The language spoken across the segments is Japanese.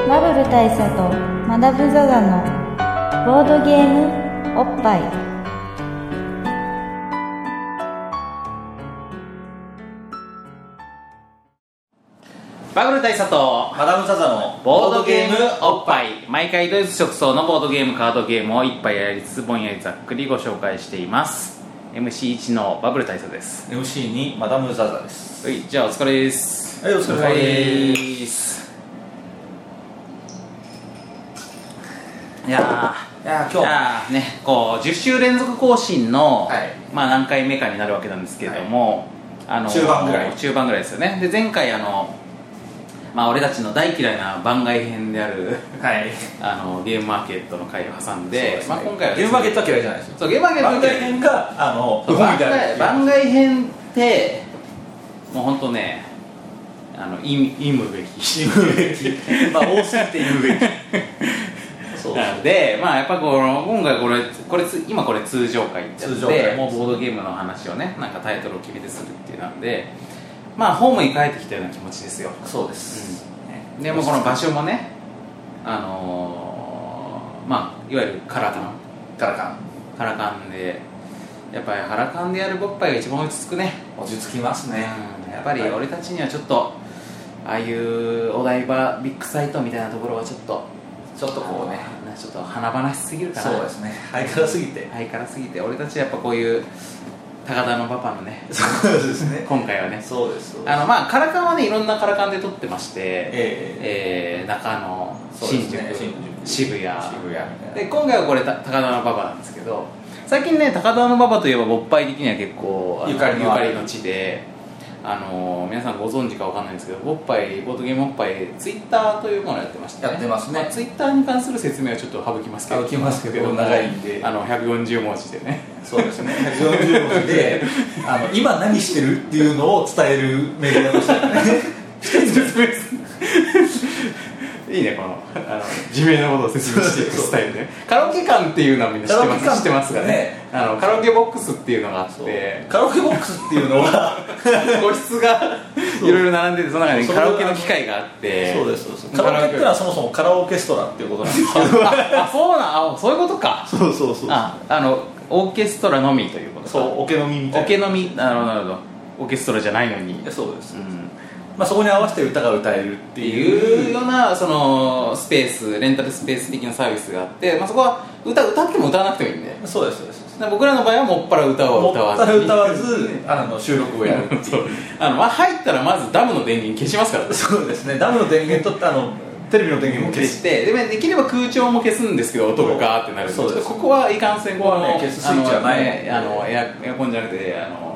大佐とマダム・ザ・ザのボードゲームおっぱいバグル大佐とマダム・ザ・ザのボードゲームおっぱい毎回ドイツ直送のボードゲームカードゲームを一杯やりつつぼんやりざっくりご紹介しています MC1 のバブル大佐です MC にマダム・ザ・ザですはいじゃあお疲れですはいお疲れ様ですいやいやーいやーねこう10週連続更新の、はいまあ何回目かになるわけなんですけれども、あの中盤ぐらい中盤ぐらいですよねで前回あのまあ俺たちの大嫌いな番外編であるはいあのゲームマーケットの回を挟んでそうすねまあ、今回はゲームマーケットはは嫌いじゃないですよそうゲームマーケット番外編があのそうウホ番みたいな外番外編ってもう本当ねあの意味意むべき まあ多すぎて言うべきそうなので、まあ、やっぱこの今回これこれつ今これ通常回ってやつ通常回でもうボードゲームの話をねなんかタイトルを決めてするっていうなんでまあホームに帰ってきたような気持ちですよ、そうです、でもうこの場所もねあのーまあいわゆるカラカンガラカンカラカンでやっぱりカラカンでやるボッパイが一番落ち着くね落ち着きますねうんやっぱり俺たちにはちょっとああいうお台場ビッグサイトみたいなところはちょっとちょっとこうねちょっと華々しすぎるかなそうですね相変わらすぎてハイカラすぎて俺たちやっぱこういう高田のパパのねそうですね今回はねそうですそうですあのまあカラカンはねいろんなカラカンで撮ってましてえええー中野そうで新す宿、ね渋谷渋谷みたいなで今回はこれた高田の馬場なんですけど最近ね高田の馬場といえば勃発的には結構あゆかりのあるゆ地であのー皆さんご存知かわかんないんですけど勃発ボードゲーム勃発ツイッターというものをやってまして、やってますねツイッターに関する説明はちょっと省きますけど省きますけど長いんであの140文字でね そうですね140文字であの今何してるっていうのを伝えるメディアとして ねいいねこのあの地名のことを説明していくそうスタイルねカラオケ館っていうのはみんな知ってますカラオケ館知ってますがねねあのカラオケボックスっていうのがあっそうてカラオケボックスっていうのは 個室がいろいろ並んでてその中にそうカラオケの機械があってそうですそうですカラオケってのはそもそもカラオケストラっていうことなんですけどああそうなんあそういうことか そうそうそうああのオーケストラのみということかそうおけのみみたいなオケのみなるほどなるほどオーケストラじゃないのに、そうです、うんまあ、そこに合わせて歌が歌えるっってていいううようなそのスペースレンタルスペース的なサービスがあって、まあ、そこは歌歌っても歌わなくてもいいんでだかそうですそうですら僕らの場合はもっぱら歌をもっ歌わたずらに歌わずあの収録をやる っていうあの、まあ、入ったらまずダムの電源消しますからそうですねダムの電源取ってあのテレビの電源も消消ししてでまあできれば空調も消すんですけど音がガーってなるんでそうちょっとそうこですこはいかんせんここはね消すスイッチはないあのねあのエアエアコンじゃなくてあの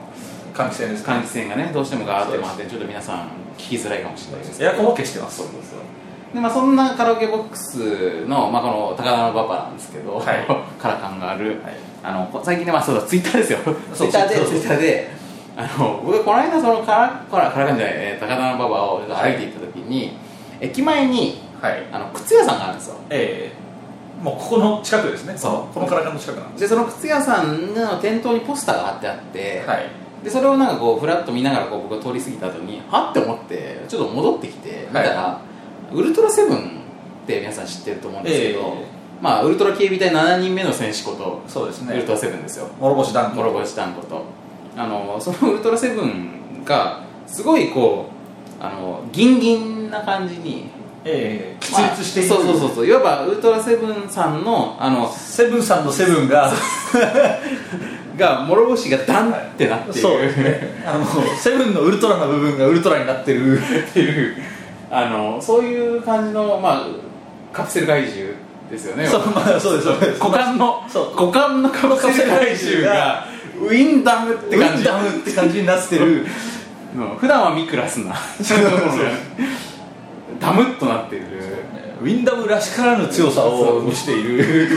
換気扇です換気扇がねどうしてもガーって回ってちょっと皆さん聞きづらいかもしれないですけエどアコンも消してますそうそうそうでまあ、そんなカラオケボックスの、まあ、この高田の馬場なんですけど、はい カラカンがある、はいあのこ最近ね、まあ、そうだツイッターですよツそイうッターでそうツイッターであの僕がこの間そのカラカラカラカンじゃない、えー高田の馬場を歩いていった時に、駅前にはいあの靴屋さんがあるんですよええもうここの近くですねそうこのカラカンの近くなんででその靴屋さんの店頭にポスターが貼ってあって、すはいでそれをなんかこうふらっと見ながらこう僕が通り過ぎた後にはっって思ってちょっと戻ってきて見たら、ウルトラセブンって皆さん知ってると思うんですけど、えまあウルトラ警備隊7人目の戦士こと、そうですウルねトラセブンですよ諸星団子諸星団子とあのそのウルトラセブンがすごいこうあのギンギンな感じにええ起立していく、まあそうそうそうそういわばウルトラセブンさんのあのセブンさんのセブンがが諸星がダンってなっている、そうですねあのセブンのウルトラな部分がウルトラになってるっていうあのそういう感じの、まあ、カプセル怪獣ですよねそうまあそうですそうで す股間のそう股間のカプセル怪獣がウィンダムって感じダムって感じになってうるん普段はミクラスなそうそうそう ダムっとなっているウィンダムらしからぬ強さを見せている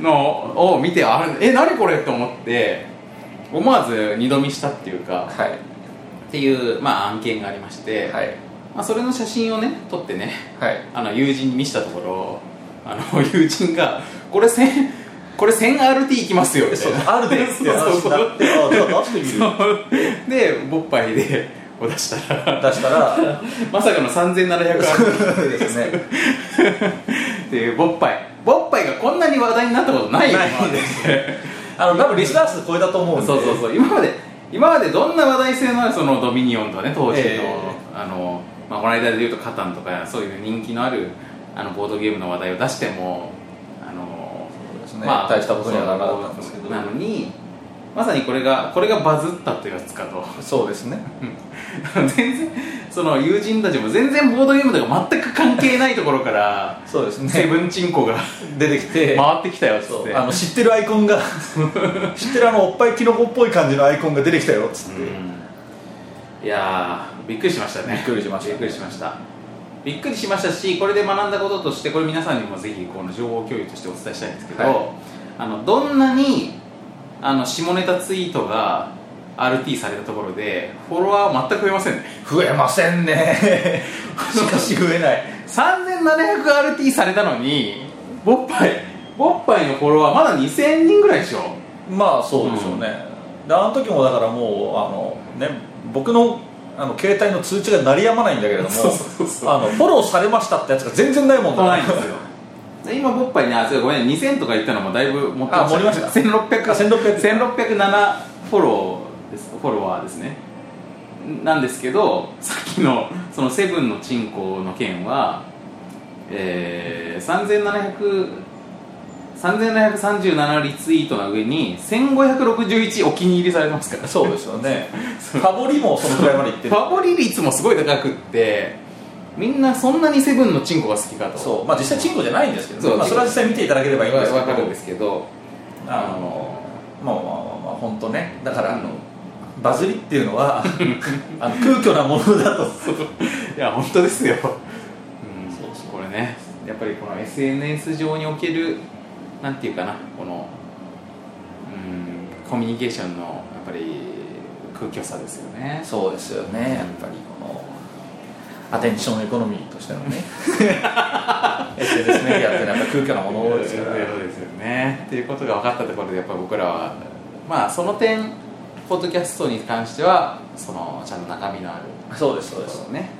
のを見てあれえ何これと思って思わず二度見したっていうかはいっていう、まあ、案件がありまして、はいまあ、それの写真をね撮ってねはい あの友人に見せたところあの 友人が「これ1000これ 1000RT いきますよ」みたそういなあるでって そう話そにうそなう ってあじゃあ出してみるでボッパイでを出したら出し たらまさかの3700そうですねっていうボッパイボッパイがこんなに話題になったことないない今までですあの多分リスナー数超えたと思うんでそうそうそう今まで今までどんな話題性のあるそのドミニオンとかね当時の、えあのまあこの間で言うとカタンとかそういう人気のあるあのボードゲームの話題を出してもあのですね大したことにはならなかったんですけどなのにまさにこれがこれがバズったというやつかと そうですね全然その友人たちも全然ボードゲームとか全く関係ないところからそうですセねブンチンコが出てきて回ってきたよっつそっうてあの知ってるアイコンが 知ってるあのおっぱいキノコっぽい感じのアイコンが出てきたよっつって、うんいやーびっくりしましたねびっくりしましたびっくりしましたびっくりしましたしこれで学んだこととしてこれ皆さんにもぜひこの情報共有としてお伝えしたいんですけど、はいあのどんなにあの下ネタツイートが RT されたところでフォロワーは全く増えませんね増えませんね しかし増えない 3700RT されたのにボッパイボッパイのフォロワーまだ2000人ぐらいでしょまあそうでしょうね、であの時もだからもうあのね僕のあの携帯の通知が鳴りやまないんだ けれどもそうそうそうあのフォローされましたってやつが全然ないもんだないん ですよで 今ボッパイにあそれごめん2000とか言ったのもだいぶ持ってあ盛りました1600あ1600 1607フォローですフォロワーですねなんですけどさっきのそのセブンのチンコの件はえー、3700 3737リツイートの上に1561お気に入りされてます からそうですよねファボリもそのくらいまでいってフるァボリ率もすごい高くってみんなそんなにセブンのチンコが好きかとそうまあ実際チンコじゃないんですけどね、そうまあ、それは実際見ていただければいいんですけどわかるんですけどあのまあまあまあまあ本当ねだからあの、バズりっていうの はあの空虚なものだといや本当ですよ、うん、そうそうこれねやっぱりこの SNS 上におけるなんていうかなこのうんコミュニケーションのやっぱり空虚さですよね そうですよねやっぱりこのアテンションエコノミーとしてのね SNS メディアってなんか空虚なものですからそうですよねっていうことが分かったところでやっぱり僕らはまあその点ポッドキャストに関してはそのちゃんと中身のある そうですそうとでこすろをね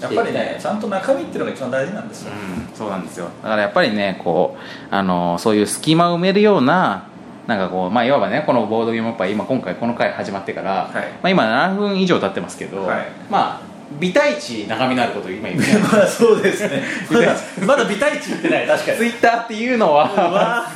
やっぱりねちゃんと中身っていうのが一番大事なんですよ、うん、そうなんですよだからやっぱりねこうあのそういう隙間を埋めるようななんかこうまあいわばねこのボードゲームおっぱい今今回この回始まってから、いまあ、今7分以上経ってますけど、はいまあ美大値中身のあることを今言ってまあ そうです ねまだまだ美体値言ってない確か にツイッターっていうのうはわ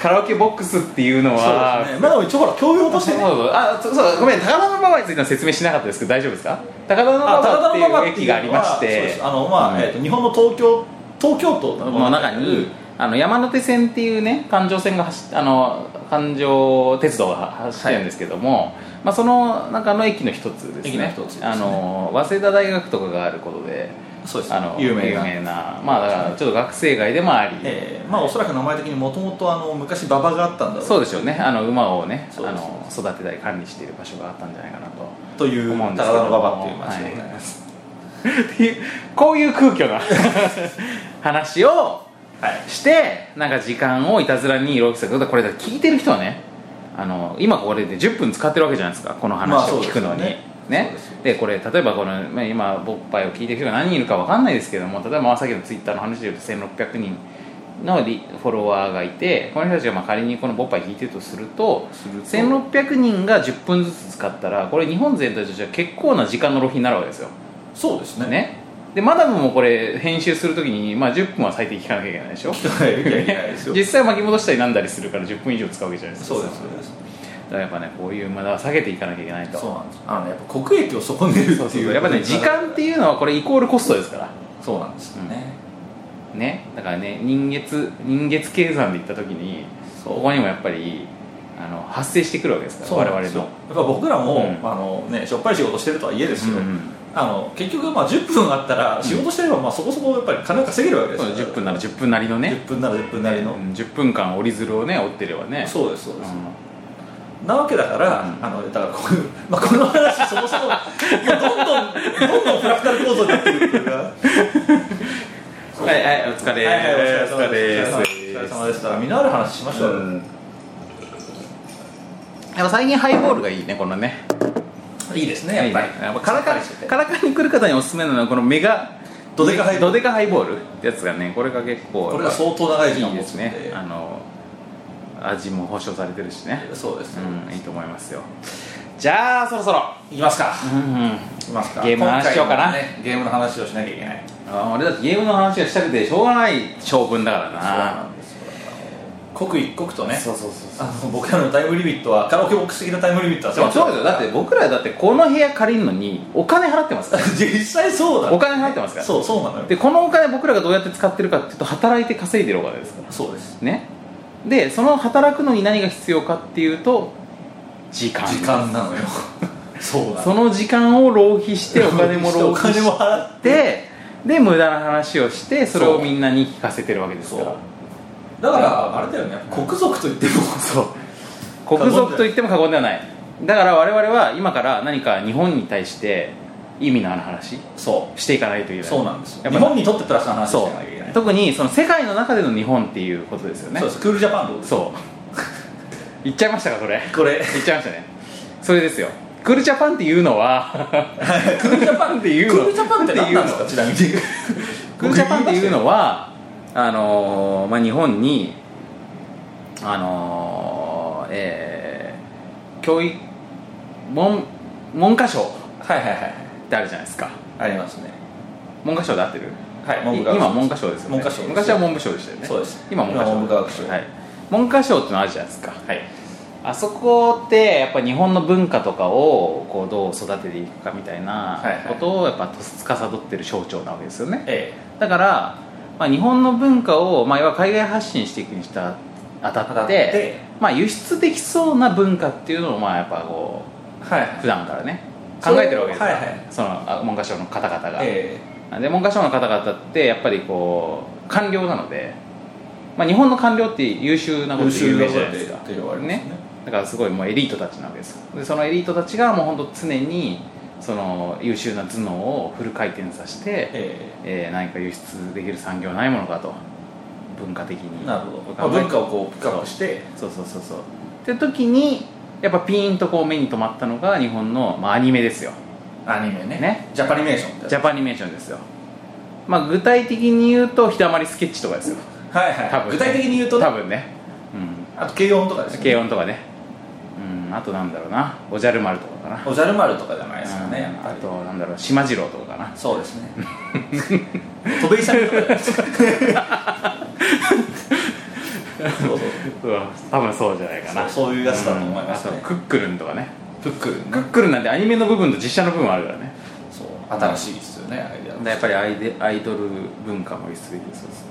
カラオケボックスっていうのそはうですねまだ一応ほら教養としてねそうそうあそうそうごめん高田馬場についての説明しなかったですけど大丈夫ですか高田馬あ場って高田馬場いうって駅いうのがあはりましそうでてすあのまあ、うんえーと日本の東京東京都の中にあの山手線っていうね環状線が走っあの環状鉄道が走ってるんですけども、まあ、その中の駅の一つです駅のね一つですねあの早稲田大学とかがあることでそうですあの有名ななまあだからちょっと学生街でもあり、えーまあおそらく名前的にもともと昔馬場があったんだろうそうでしょうねあの馬をねそうあですの育てたり管理している場所があったんじゃないかなとという思うんですけ高ど田馬場っていう町でございます、っていうこういう空虚な 話をはいしてなんか時間をいたずらに浪費するこれだ聞いてる人はねあの今これで10分使ってるわけじゃないですかこのまあ話そうをで聞すくよのに、ねそうねですよでこれ例えばこの、まあ、今ボッパイを聞いてる人が何人いるかわかんないですけども例えばまあさっきのツイッターの話で言うと1600人のリフォロワーがいてこの人たちがまあ仮にこのボッパイ聞いてるとするとすると1600人が10分ずつ使ったらこれ日本全体としては結構な時間の浪費になるわけですよそうですねねでマダムもこれ編集するときに、まあ、10分は最低聞かなきゃいけないでしょはいいやいやですよ実際巻き戻したりなんだりするから10分以上使うわけじゃないですかそうですそうですだからやっぱねこういう無駄は下げていかなきゃいけないとそうなんですあのねやっぱ国益を損ねるっていうそうそうそうやっぱね時間っていうのはこれイコールコストですからそうなんですよね、ねだからね人月人月計算でいったときにそこうこにもやっぱりあの発生してくるわけですからそう我なん々ですよのやっぱ僕らも、うんあのね、しょっぱい仕事してるとはいえですよ、うんうんあの結局まあ10分あったら仕事してればまあそこそこやっぱり金を稼げるわけですそうよ10分なら10分なりのね10分なら10分なりの、うん10分間折り鶴をね折ってればねそうですそううです、んなわけだから、うんあのだからこういう、 まあ、この話そもそももうどんどんどんどんフラクタル構造になってるっていうかはいはいお疲れはいはいお疲れお様です疲お疲れれ様様でした身のある話しましょう、やっぱ最近ハイボールがいいねこのねいいですねやっぱり、いいねやっぱカラさっカぱりしててカラカに来る方におすすめなのはこのメガドデカハイボールドデカハイボールってやつがねこれが結構これが相当長い時い間い持でつすのねであの味も保証されてるしねそうです、うんいいと思いますよじゃあそろそろ、いきますかうん、いきますかゲームの話しようかな今回もねゲームの話をしなきゃいけないあ俺だってゲームの話がしたくてしょうがない性分だからそうななんですよ刻一刻とねうそうそうあの僕らのタイムリミットはカラオケボックス的なタイムリミットはそうそうですよだって僕らだってこの部屋借りるのにお金払ってます から実際そうだお金入ってますからそうそうなのよでこのお金僕らがどうやって使ってるかっていうと働いて稼いでるお金ですからそうですねでその働くのに何が必要かっていうと時間時間なのよ そうなそのの時間を浪費してお金も浪お費金もし払っててで無駄な話をしてそれをそうみんなに聞かせてるわけですそかうらだからあれだよね国族といってもそう国族と言っても過言ではないだから我々は今から何か日本に対して意味のある話そしていかないというけないそうなんですよやっ日ぱ本にとってプラスの話しそてなきゃいけないう特にその世界の中での日本っていうことですよねそうですクールジャパンどうですそう言っちゃいましたかそれこれ言っちゃいましたねそれですよクールジャパンっていうのは クールジャパンっていうのクールジャパンって何なんですかちなみにクールジャパンっていうのはあのーまあ、日本にあのーえー教育文文科省っはいはいはいてあるじゃないですかありますね文科省で合ってるはい文部科学省今文科省ですよね文科省です昔は文部省でしたよねそうです今文科省今文部科学省はい、文科省ってのあるじゃないですかはいあそこってやっぱ日本の文化とかをこうどう育てていくかみたいなはいはいことをやっぱ司ってる省庁なわけですよねえだから、まあ、日本の文化を、まあ、いわゆる海外発信していくにしたあた当たっっててまあ、輸出できそうな文化っていうのをまあやっぱこえはいはうい普段からね考えてるわけですよはいはいそのあ文科省の方々が、えで文科省の方々ってやっぱりこう官僚なので、まあ、日本の官僚って優秀なえことで有名じゃない優です秀かなことって言われますねだからすごいもうエリートたちなわけですよでそのエリートたちがもう本当常にその優秀な頭脳をフル回転させて、ええー何か輸出できる産業はないものかと文化的えになるほどまあ考えて文化をこうピックアップしてそうそうそうそうって時にやっぱピーンとこう目に留まったのが日本の、まあ、アニメですよアニメねねジャパニメーションってジャパニメーションですよまあ具体的に言うと日だまりスケッチとかですよはい多は分い具体的に言うと多ね分ねうんあと軽音とかです軽ね音とかねうんあとなんだろうなおじゃる丸とかかなおじゃる丸とかじゃないですかねうんやっぱありとなんだろうしまじろうとかかなそうですね戸辺勇とかじゃないですかそうそううん多分そうじゃないかなそうそういうやつだと思いますねうんあとクックルンとかねプックルクックルンなんてアニメの部分と実写の部分あるからねそう新しいですよねアイデアやっぱりアイデアイドル文化も輸出できるそうです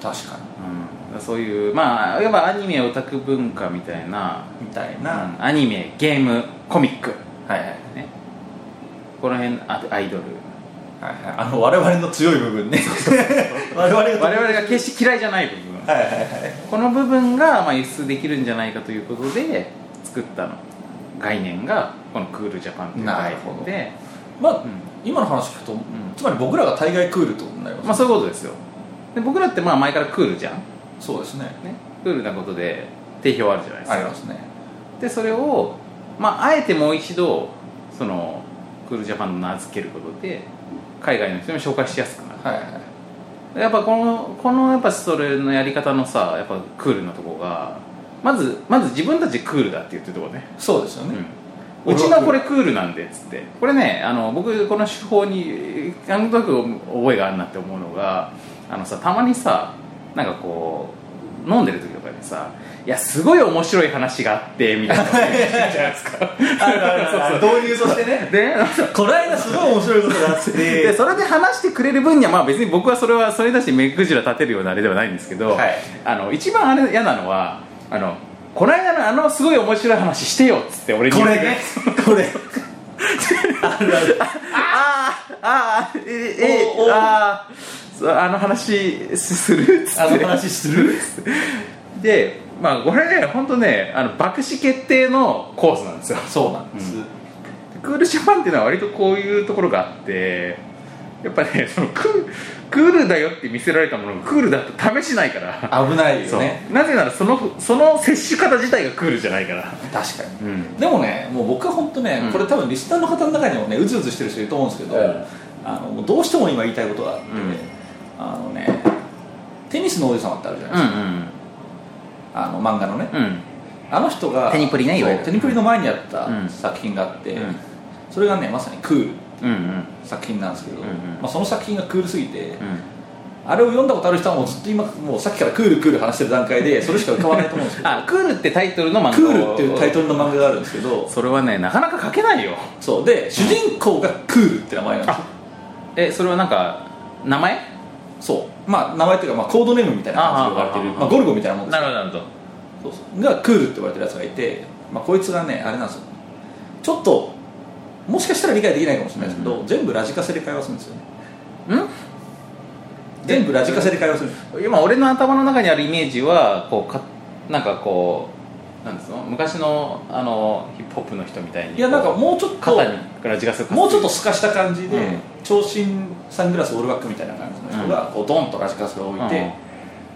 確かうん、そういうまあいわばアニメオタク文化みたいな、にみたいうんな、アニメゲームコミックはいはいねこの辺あアイドルはいはいあの我々の強い部分ね 我々我の々が決して嫌いじゃない部分、はいはいはいこの部分がまあ輸出できるんじゃないかということで作ったの概念がこのクールジャパンっていう概念で、まあ、うん今の話聞くと、んつまり僕らが大概クールってことになります、まあ、そういうことですよで僕らってまあ前からクールじゃん、ね、そうですねクールなことで定評あるじゃないですかありますねでそれを、まあ、あえてもう一度そのクールジャパンと名付けることで海外の人にも紹介しやすくなはいはいるやっぱこのこのやっぱそれのやり方のさやっぱクールなとこがまずまず自分たちクールだって言ってるとこね、そうですよね、うん、うちのこれクールなんでっつってこれねあの僕この手法になんとなく覚えがあるなって思うのがあのさたまにさなんかこう飲んでる時とかにさ「いやすごい面白い話があって」みたいなこと言うじゃないですかあるある ある導入としてねでこの間すごい面白いことがあ ってでそれで話してくれる分にはまあ別に僕はそれはそれだし目くじら立てるようなあれではないんですけど、はいあの一番あれ嫌なのはあのこの間のあのすごい面白い話してよっつって俺にこ言ってれくるねこれあるあるあーあーええおおあーそうあの話すするっつってあの話するでまあこれね本当ねあの爆死決定のコースなんですよそうなんです、クールジャパンっていうのは割とこういうところがあってやっぱねそのクークールだよって見せられたものがクールだって試しないから危ないそうよねなぜならそのその接し方自体がクールじゃないから確かにうんでもねもう僕は本当ね、うんこれ多分リスナーの方の中にもねうずうずしてる人いると思うんですけど、うんあのもうどうしても今言いたいことがあって、うんあのねテニスの王子様ってあるじゃなういんですか、あの漫画のね、うんうんあの人がテニプリねいわゆるそうテニプリの前にあったうん作品があって、うんそれがねまさにクールうんうん作品なんですけど、うんうんまあ、その作品がクールすぎて、うんあれを読んだことある人はもうずっと今もうさっきからクールクール話してる段階でそれしか浮かばないと思うんですけどあクールってタイトルの漫画をクールっていうタイトルの漫画があるんですけどそれはねなかなか書けないよそうで主人公がクールって名前なんですよえそれはなんか名前そうまあ名前っていうか、まあ、コードネームみたいな感じで呼ばれてあるああまあ、ゴルゴみたいなもんでするほどなるほどそうそうがクールって呼ばれてるやつがいて、まあ、こいつがねあれなんですよちょっともしかしたら理解できないかもしれないですけど、全部ラジカセで会話するんですよねん全部ラジカセで会話する今俺の頭の中にあるイメージはこうかなんかこうなんですの昔のあのヒップホップの人みたいにいやなんかもうちょっと肩にラジカセをかけてもうちょっとすかした感じで、うん長身サングラスオールバックみたいな感じの人がこうドンとラジカセを置いて、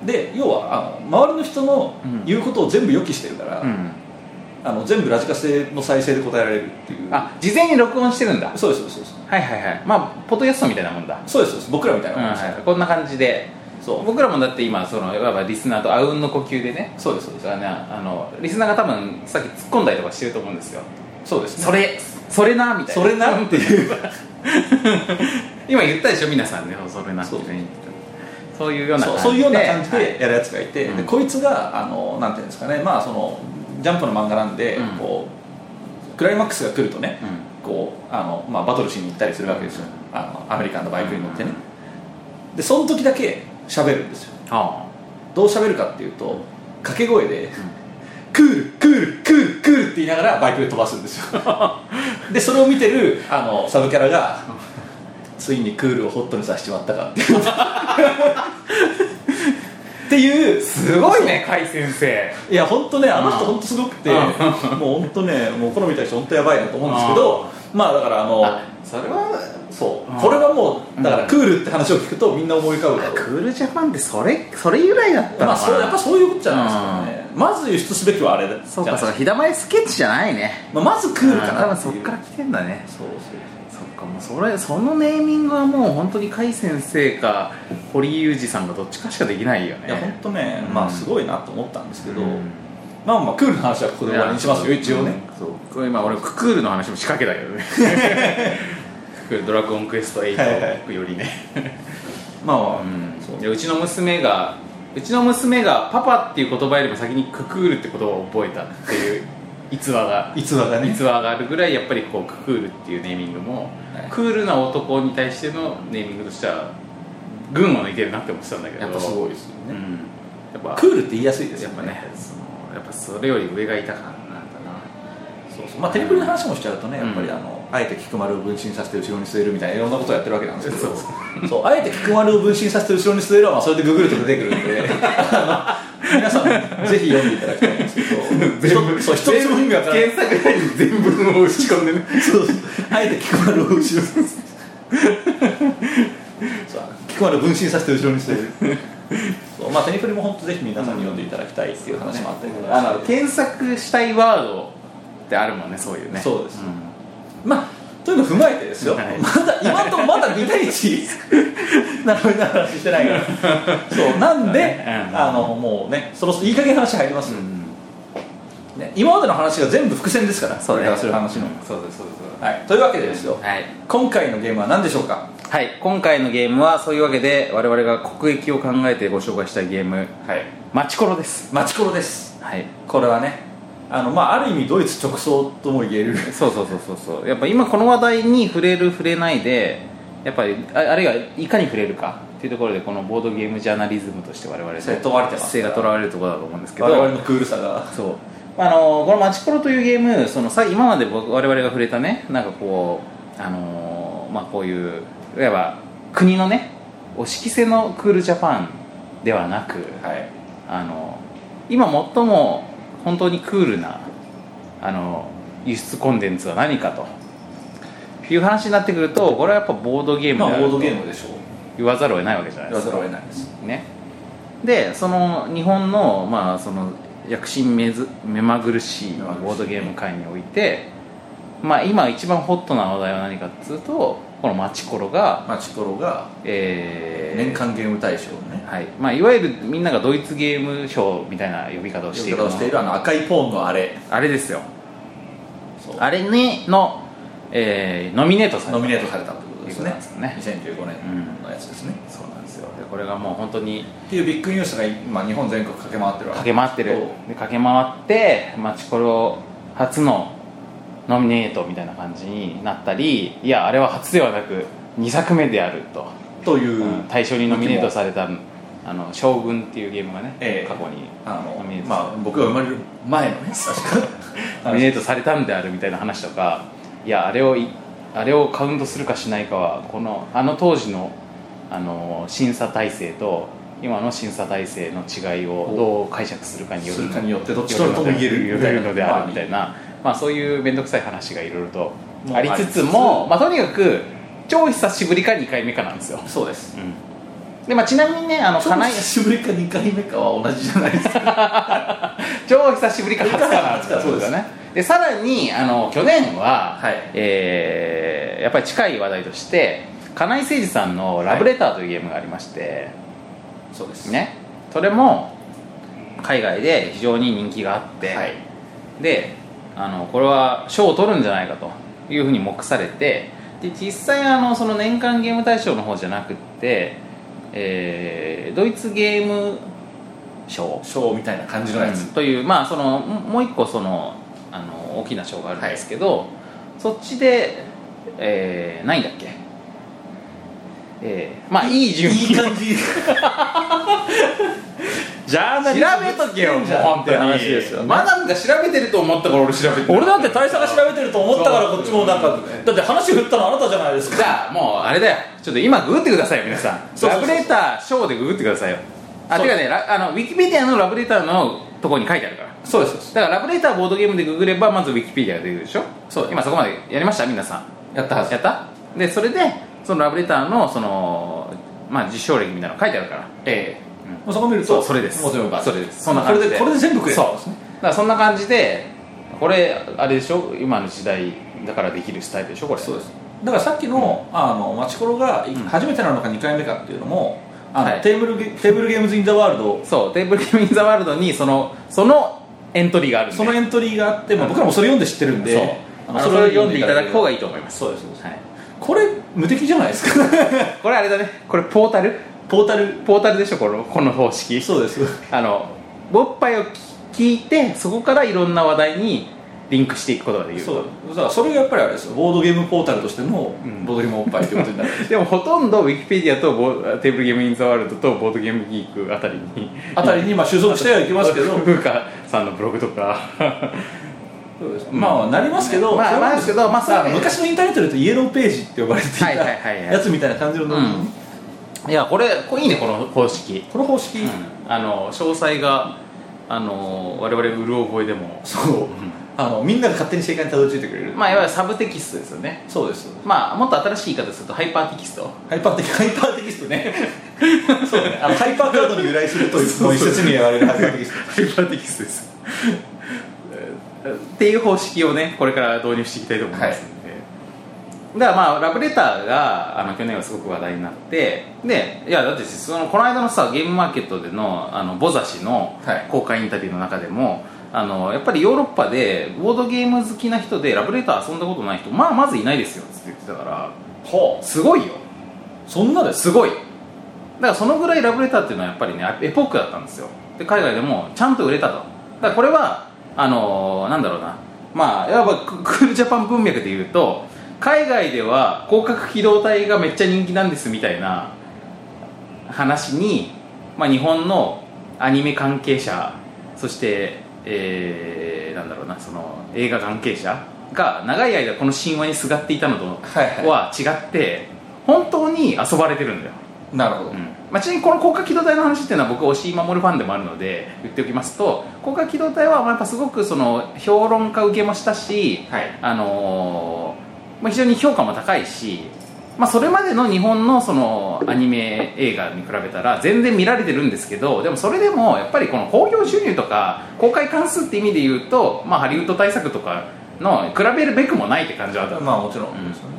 で要はあの周りの人の言うことを全部予期してるから、うんうんあの全部ラジカセの再生で答えられるっていうあ事前に録音してるんだそうですそうですそうですはいはいはいまあポッドキャストみたいなもんだそうですそうです僕らみたいうんなもんですはいこんな感じでそう僕らもだって今そのいわばリスナーとあうんの呼吸でねそうですそうですあのあのリスナーが多分さっき突っ込んだりとかしてると思うんですよそうですねそれそれなみたいなそれ なっていう今言ったでしょ皆さんねそれなってそうねそういうようなそ感じでうそういうような感じはいでやるやつがいて、うんでこいつがあのなんていうんですかねまあそのジャンプの漫画なんで、うんこうクライマックスが来るとね、うこうあのまあ、バトルしに行ったりするわけですよあのアメリカンのバイクに乗ってねでその時だけ喋るんですよんあどう喋るかっていうと掛け声で、クールクールクールクールって言いながらバイクで飛ばすんですよ でそれを見てるあのサブキャ ラがついにクールをホットにさせてしまったかっていうっていうすごいね甲斐先生いや本当ねあの人本当すごくてうんもう本当ねもう好みたい人本当やばいなと思うんですけどまあだからあのあそれはそううんこれはもうだかうらんクールって話を聞くとみんな思い浮かぶだろうクールジャパンってそれそれ由来だったのかな、まあそうやっぱそういうことじゃないですかねまず輸出すべきはあれだそうかじそゃうないか日だまりスケッチじゃないねまあまずクール多かな分ってそいっうから来てんだねそうそうそっかもうそれそのネーミングはもう本当に甲斐先生か堀井裕二さんがどっちかしかできないよねいや本当ねうんまあすごいなと思ったんですけどうんまあまあクールの話はここで終わりにしますよ一応ねうんそうこれ今俺ククールの話も仕掛けたけどねクールドラゴンクエスト8よりね、まあまあ うんそういやうちの娘がうちの娘がパパっていう言葉よりも先にククールって言葉を覚えたっていう逸話が逸話がね逸話があるぐらいやっぱりこうククールっていうネーミングも、はいクールな男に対してのネーミングとしては群を抜いてるなって思ってたんだけどやっぱすごいですようねん、やっぱクールって言いやすいですやよっぱねそのやっぱそれより上がいたからなんだなそうそうまあテレビの話もしちゃうとねうんやっぱりあのあえて菊丸を分身させて後ろに据えるみたいないろんなことをやってるわけなんですけどそそうあえて菊丸を分身させて後ろに据えるはまあそれでググると出てくるん であの皆さんぜひ読んでいただきたいんです けどひとそう一つも意味わからない検索欄に全文を打ち込んでねそうあえて菊丸を後ろにそう菊丸を分身させて後ろにしてるそうまあテニプリも本当ぜひ皆さんに読んでいただきたいっていう話もあったりとかあのして検索したいワードってあるもんねそういうねそうですんまあというのを踏まえてですよ、はいまだ今んとこまだ2対1な るな話してないからそうなんで、うんあのもうねそろそろいい加減話入りますよ、ね、今までの話が全部伏線ですからそうこねれからする話の、そうですそうですそうではい、というわけでですよ、すはい今回のゲームは何でしょうかはい、今回のゲームはそういうわけで我々が国益を考えてご紹介したいゲームはい「マチコロ」ですマチコロですはいこれはねあの、まあ、ある意味ドイツ直送とも言えるそうそうそうそうそうやっぱ今この話題に触れる触れないでやっぱりああるいはいかに触れるかっていうところでこのボードゲームジャーナリズムとして我々のそう問われてます姿勢が取られるところだと思うんですけど我々のクールさがそうあのこの「マチコロ」というゲームそのさ今まで僕我々が触れたねなんかこうあのまあこういういわば国のねお色せのクールジャパンではなくはいあの今最も本当にクールなあの輸出コンテンツは何かという話になってくるとこれはやっぱボードゲームまあであボるーとドゲームでしょう言わざるを得ないわけじゃない言でわすざかるを得ないですねでその日本の,、まあ、その躍進目ず目まぐるしい目まぐるしいボードゲーム界において、まあ、今一番ホットな話題は何かっつうとこのマチコロが、マチコロがえー年間ゲーム大賞をねはいまあ、いわゆるみんながドイツゲーム賞みたいな呼び方をしている呼びの方をしているあの赤いポーンのあれあれですよそうあれにの、えーノミネートされたノミネートされたということですねということなんです2015年のやつですね、そうなんですよでこれがもう本当にっていうビッグニュースが今日本全国駆け回ってるわけ駆け回ってるで駆け回ってマチコロ初のノミネートみたいな感じになったりいやあれは初ではなく2作目であると、という、大賞にノミネートされたあの将軍っていうゲームがね、ええ過去にあノのミネートされたまあ僕が生まれる前のね確かノミネートされたんであるみたいな話とかいやあれをいあれをカウントするかしないかはこのあの当時のあの審査体制と今の審査体制の違いをどう解釈するかによるするかによってどっちとも言えるよるのであるみたいな、まあ、そういう面倒くさい話がいろいろとありつつも、まあ、とにかく超久しぶりか2回目かなんですよ、そうですうんでまあ、ちなみにねあの超金井久しぶりか2回目かは同じじゃないですか 超久しぶりか初かなってそうですねでさらにあの去年は、はいえーやっぱり近い話題として金井誠司さんの「ラブレター」というゲームがありまして、そうですねそれも海外で非常に人気があって、はいであのこれは賞を取るんじゃないかというふうに目されてで実際あのその年間ゲーム大賞の方じゃなくって、えードイツゲーム賞ショーみたいな感じのやつ、うんというまあそのももう一個そのあの大きな賞があるんですけど、そっちで、えー、ないんだっけえー、まあいい順いい位感じジャーナリス 調べトとけよもう本当ってに話ですよねマダムが調べてると思ったから俺調べてる 俺だって大佐が調べてると思ったからそうこっちもなんかだって話振ったのあなたじゃないですかじゃあもうあれだよちょっと今ググってくださいよ皆さんそうそうそうラブレター賞でググってくださいよあそうてかねラあのウィキペディアのラブレターのとこに書いてあるからそうですそうですだからラブレターボードゲームでググればまずウィキペディアが出てくるでしょそう今そこまでやりました皆さんやったはずやったでそれでそのラブレターのそのまあ実証歴みたいなの書いてあるからえうえんもうそこ見るそとうそれですもう全部バツそれですそんな感じでこれでこれで全部くれそうだからそんな感じでこれあれでしょ今の時代だからできるスタイルでしょこれそうですだからさっきの,、あのマチコロがい初めてなのか2回目かっていうのもあの、はいテーブルゲテーブルゲームズ・イン・ザ・ワー ルドそうテーブルゲームインザワールドにそのそのエントリーがあるんでそのエントリーがあって、まあ、僕らもそれ読んで知ってるんでそうああののそれを読んでいただく方がいいいいと思いますそうですそうですはい、これ無敵じゃないですかこれあれだねこれ ポータルポータルポータルでしょこのこの方式そうですあの勃発を聞いてそこからいろんな話題にリンクしていくことができるとそうだからそれがやっぱりあれですよボードゲームポータルとしてのんボードゲームおっぱいということになる でもほとんどウィキペディアとボテーブルゲームインザワールドとボードゲームギークあたりにあたりにまあ収束してはいきます けど風花さんのブログとかそうですまあなりますけど、まあそれはまあですけどまあそれはね昔のインターネットで言うとイエローページって呼ばれていたはいはいはいはいやつみたいな感じの、うん いやこれこれいいねこの方式、この方式、あの詳細があの我々うる覚えでもそう、あのみんなが勝手に正解にたどり着いてくれる、まあいわゆるサブテキストですよねそうですまあもっと新しい言い方するとハイパーテキストハイパー的ハイパーテキスト ねそうねあのハイパークラウドに由来するというもう一説に言われるハイパーテキスハイパーテキストですえーっていう方式をねこれから導入していきたいと思いますので、だからまあラブレターがあの去年はすごく話題になってでいやだってそのこの間のさゲームマーケットでのあのボザ氏のはい公開インタビューの中でも、あのやっぱりヨーロッパでボードゲーム好きな人でラブレター遊んだことない人まあまずいないですよっつって言ってたからトはあすごいよそんなですすごいだからそのぐらいラブレターっていうのはやっぱりねエポックだったんですよで海外でもちゃんと売れたとだからこれはあのーなんだろうなまあやっぱククールジャパン文脈で言うと海外では広角機動隊がめっちゃ人気なんですみたいな話に、まあ、日本のアニメ関係者そして、えーなんだろうなその映画関係者が長い間この神話にすがっていたのとはいはいは違って本当に遊ばれてるんだよ、なるほど、まあ、ちなみにこの高架機動隊の話っていうのは僕押井守ファンでもあるので言っておきますと高架機動隊はまあやっぱすごくその評論家受けましたしはいあのーまあ、非常に評価も高いしまあ、それまでの日本のそのアニメ映画に比べたら全然見られてるんですけどでもそれでもやっぱりこの興行収入とか公開関数って意味で言うと、まあ、ハリウッド対策とかの比べるべくもないって感じはあったまあもちろんうんですよね、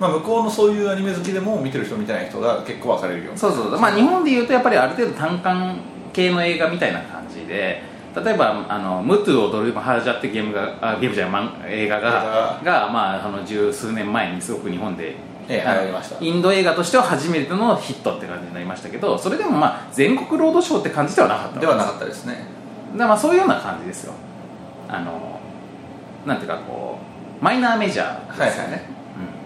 まあ、向こうのそういうアニメ好きでも見てる人見てない人が結構分かれるようなそうそうまあ日本で言うとやっぱりある程度単館系の映画みたいな感じで例えばあの「ムトゥをドルハージャ」ってゲームがあゲームじゃない漫映画がが、まあ、あの十数年前にすごく日本で、ええあの流行りましたインド映画としては初めてのヒットって感じになりましたけどそれでもまあ全国ロードショーって感じではなかったではなかかったですねらまあそういうような感じですよあのなんていうかこうマイナーメジャーですよね、はいはいうん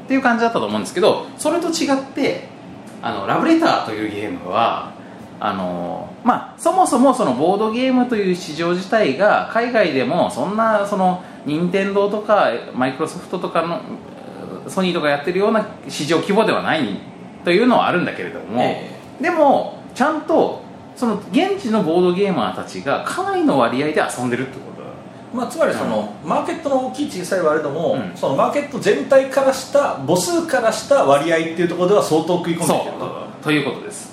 っていう感じだったと思うんですけどそれと違ってあのラブレターというゲームはあのまあ、そもそもそのボードゲームという市場自体が海外でもそんなその任天堂とかマイクロソフトとかのえーソニーとかやってるような市場規模ではないというのはあるんだけれども、えでもちゃんとその現地のボードゲーマーたちがかなりの割合で遊んでるってことだまあ、つまりその、マーケットの大きい小さいはあれども、うんそのマーケット全体からした母数からした割合っていうところでは相当食い込んできてるとそうということです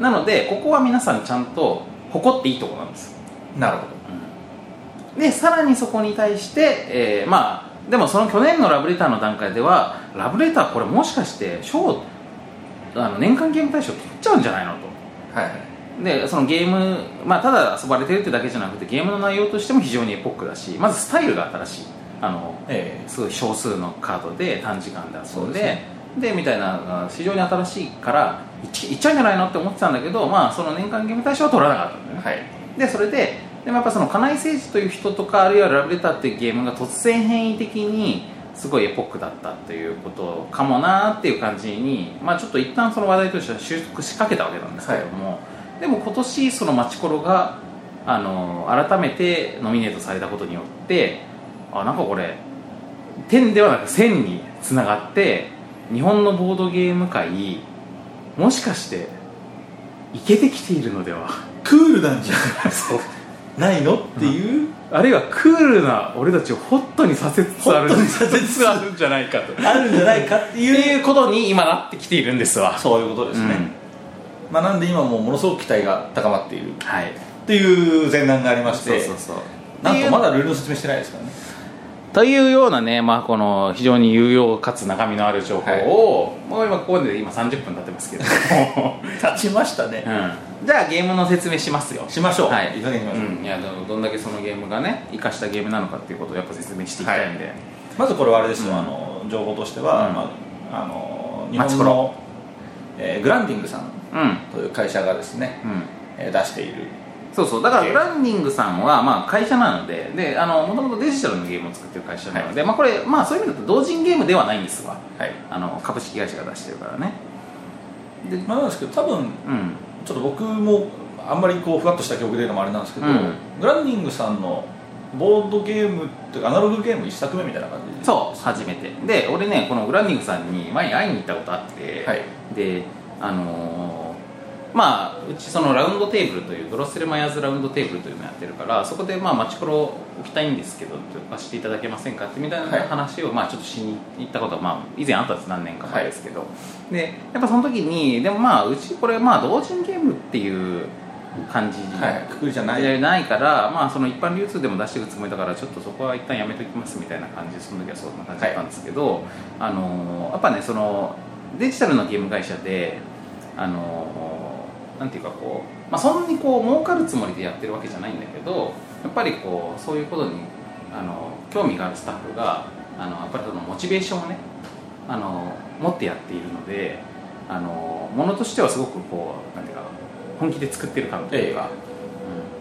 なのでここは皆さんちゃんと誇っていいとこなんですなるほでさらにそこに対して、えーまあでもその去年のラブレターの段階ではラブレターこれもしかして賞あの年間ゲーム大賞取っちゃうんじゃないのとどはいはいでそのゲーム、まあ、ただ遊ばれてるってだけじゃなくてゲームの内容としても非常にエポックだしまずスタイルが新しいあのええすごい少数のカードで短時間で遊そんうででで,、すねみたいなあ非常に新しいからいっちいっちゃうんじゃないのって思ってたんだけど、まあ、その年間ゲーム大賞は取らなかったんだよね、はいでそれででもやっぱその金井誠司という人とかあるいはラブレターっていうゲームが突然変異的にすごいエポックだったということかもなーっていう感じに、まあ、ちょっと一旦その話題としては収束しかけたわけなんですけども、でも今年そのマチコロがあの改めてノミネートされたことによってあなんかこれ点ではなく線につながって日本のボードゲーム界もしかしてイケてきているのではクールなんじゃないのっていう、あるいはクールな俺たちをホットにさせつつあるホットにさせつつあるんじゃないかと。っあるんじゃないかってていういうことに今なってきているんですわ。そういうことですね、うんまあ、なんで今もうものすごく期待が高まっているっはい。ていう前段がありましてそう。なんとまだルールの説明してないですからねというようなね、まあ、この非常に有用かつ中身のある情報を、もう今ここで今30分経ってますけど も、立ちましたね、うん、じゃあゲームの説明しますよ。しましょう、はいいかげにしましょう、うん、いやでもどんだけそのゲームがね生かしたゲームなのかっていうことをやっぱ説明していきたいんで、まずこれはあれですよ、うんあの情報としては、うんまあ、あの日マチ本コの、えーグランディングさんうという会社がですね、んうんえー出しているそうそうだからブランディングさんはまあ会社なのでであのもともとデジタルのゲームを作ってる会社なので、まあ、これ、まあ、そういう意味だと同人ゲームではないんですわはい、あの株式会社が出してるからねでまあ、なんですけど多分うんちょっと僕もあんまりこうふわっとした記憶で言うのもあれなんですけど、うんグランディングさんのボードゲームっていうかアナログゲーム一作目みたいな感じでそう初めてで俺ねこのブランディングさんに前に会いに行ったことあって、はいであのーまあうちそのラウンドテーブルというドロッセルマイヤーズラウンドテーブルというのをやってるからそこでまあ街コロ置きたいんですけどとかしていただけませんかってみたいなはい話を、まあちょっとしに行ったことはまあ以前あったんです何年か前ですけど、でやっぱその時にでもまあうちこれまあ同人ゲームっていう感じはいくくりじゃないないないから、まあ、その一般流通でも出していくつもりだからちょっとそこは一旦やめときますみたいな感じでその時はそんな感じだったんですけど、あのーやっぱねそのデジタルのゲーム会社であのーなんていうかこう、まあ、そんなにこう儲かるつもりでやってるわけじゃないんだけどやっぱりこうそういうことにあの興味があるスタッフがあのやっぱりそのモチベーションをねあの持ってやっているのであのものとしてはすごくこうなんていうか本気で作ってる感というか、うん、っ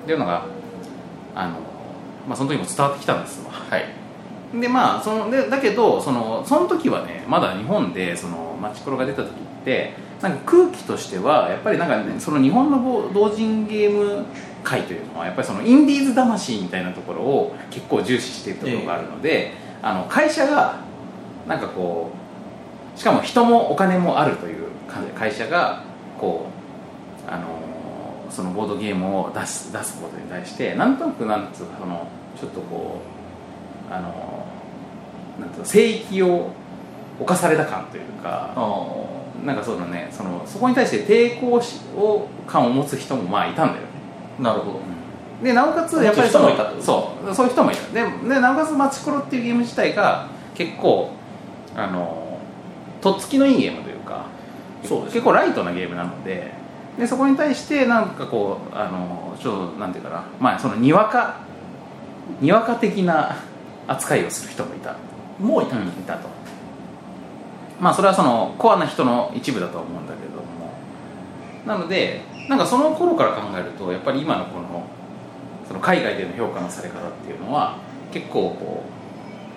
ていうのがあの、まあ、その時も伝わってきたんですわはいでまあそのでだけどそのその時はねまだ日本でそのマチコロが出た時ってなんか空気としてはやっぱりなんか、ね、その日本のぼ同人ゲーム界というのはやっぱりそのインディーズ魂みたいなところを結構重視しているところがあるので、あの会社がなんかこうしかも人もお金もあるという感じ会社がこうあのーそのボードゲームを出す出すことに対してなんとなくなんつうかそのちょっとこうあのなんていうの聖域をこ侵された感というあか、ーなんかそうだねそのそこに対して抵抗しを感を持つ人もまあいたんだよねなるほどでなおかつやっぱりそのそういう人もいたってこそとうそういう人もいたででなおかつ「マチコロ」っていうゲーム自体が結構あのとっつきのいいゲームというかそうですね結構ライトなゲームなのででそこに対してなんかこうあのちょっとなんていうかなまあそのにわかにわか的な扱いをする人もいたもういた、うん、いたとまあそれはそのコアな人の一部だとは思うんだけどもなのでなんかその頃から考えるとやっぱり今のこのその海外での評価のされ方っていうのは結構こ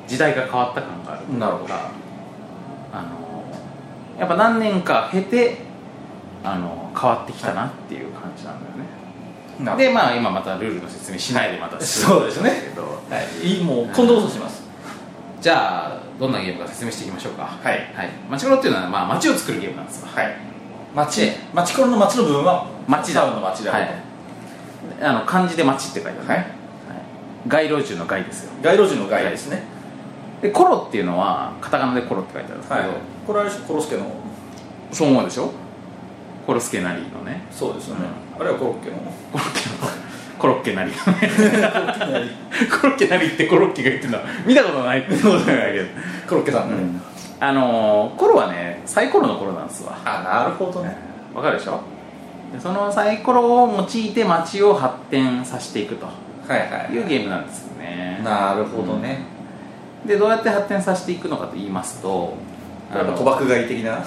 う時代が変わった感があるというかなるほどあのやっぱ何年か経てあの変わってきたなっていう感じなんだよね、なるほどでまあ今またルールの説明しないでまたそうですねけどはいいいもう今度こそしますじゃあどんなゲームか説明していきましょうかはいはい街コロっていうのは、まあ、街を作るゲームなんですよはい町町コロの町の部分は町だサウンの町であると、はいあの漢字で街って書いてあるね、はい街路樹の街ですよ街路樹の街ですね、でコロっていうのはカタカナでコロって書いてあるんですけど、これはコロスケのそう思うでしょコロスケなりのねそうですよね、あれはコロッケのコロッケのコロッケなりのね コロッケなりってコロッケが言ってるのは見たことないってことなんだけど、コロッケさんうのね、ん、あのーコロはねサイコロのコロなんですわあなるほどねわかるでしょでそのサイコロを用いて街を発展させていくとはいはいいうゲームなんですよねなるほどね、でどうやって発展させていくのかと言いますとあのの賭博街的な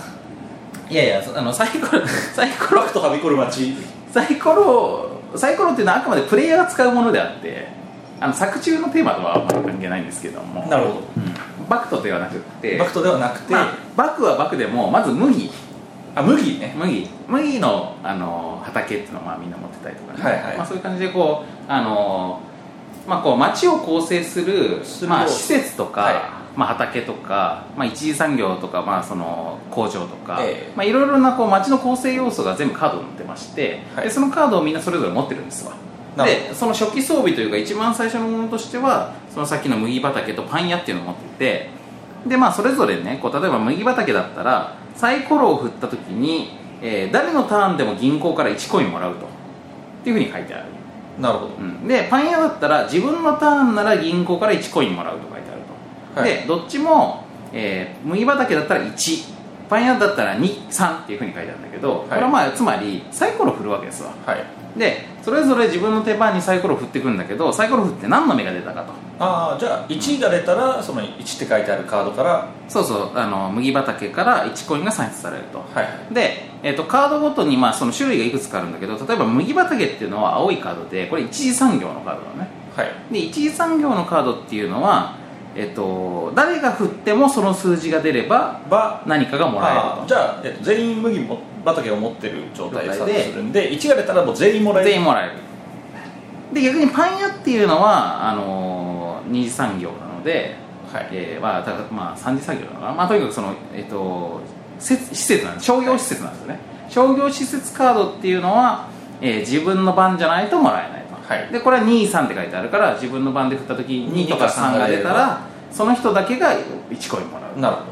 いやいやそあのサイコロ サイコ賭ロ博とはびこる街サイコロサイコロっていうのはあくまでプレイヤーが使うものであってあの作中のテーマとはあんまり関係ないんですけどもなるほどうんバクトではなくってバクトではなくて、まあバクはバクでもまず麦あ麦ね麦麦のあの畑っていうのをまあみんな持ってたりとかね、はいはいまあ、そういう感じでこうあの、まあ、こう町を構成するするまあ、要素施設とか、はいまあ、畑とか、まあ、一次産業とか、まあ、その工場とか、ええまあ、いろいろなこう町の構成要素が全部カードに載ってまして、はいでそのカードをみんなそれぞれ持ってるんですわなるほでその初期装備というか一番最初のものとしてはそのさっきの麦畑とパン屋っていうのを持っててでまあそれぞれねこう例えば麦畑だったらサイコロを振った時に、えー誰のターンでも銀行から1コインもらうとっていうふうに書いてある、なるほどうん、でパン屋だったら自分のターンなら銀行から1コインもらうと書いてあると、はいでどっちも、えー麦畑だったら1パン屋だったら23っていうふうに書いてあるんだけど、これはまあつまりサイコロ振るわけですわはいでそれぞれ自分の手番にサイコロを振ってくるんだけどサイコロ振って何の目が出たかとああじゃあ1が出たらその1って書いてあるカードからはそうそうあの麦畑から1コインが算出されるといはいで、えー、とカードごとに、まあ、その種類がいくつかあるんだけど例えば麦畑っていうのは青いカードでこれ一次産業のカードだねはいで一次産業のカードっていうのは、えっと誰が振ってもその数字が出ればば何かがもらえあーるじゃあ、えっと、全員麦も畑を持ってる状態でス状タ態でートするんで1が出たらもう全員もらとえる全員もらえるで逆にパン屋っていうのはあのー二次産業なのではいえーまあ、だからまあ三次作業なのかな、まあ、とにかくその、えっと施設施設なんです商業施設なんですよね、商業施設カードっていうのは、えー自分の番じゃないともらえないと、はいでこれは23って書いてあるから自分の番で振った時に2とか3が出たらその人だけが1コインもらうなるほ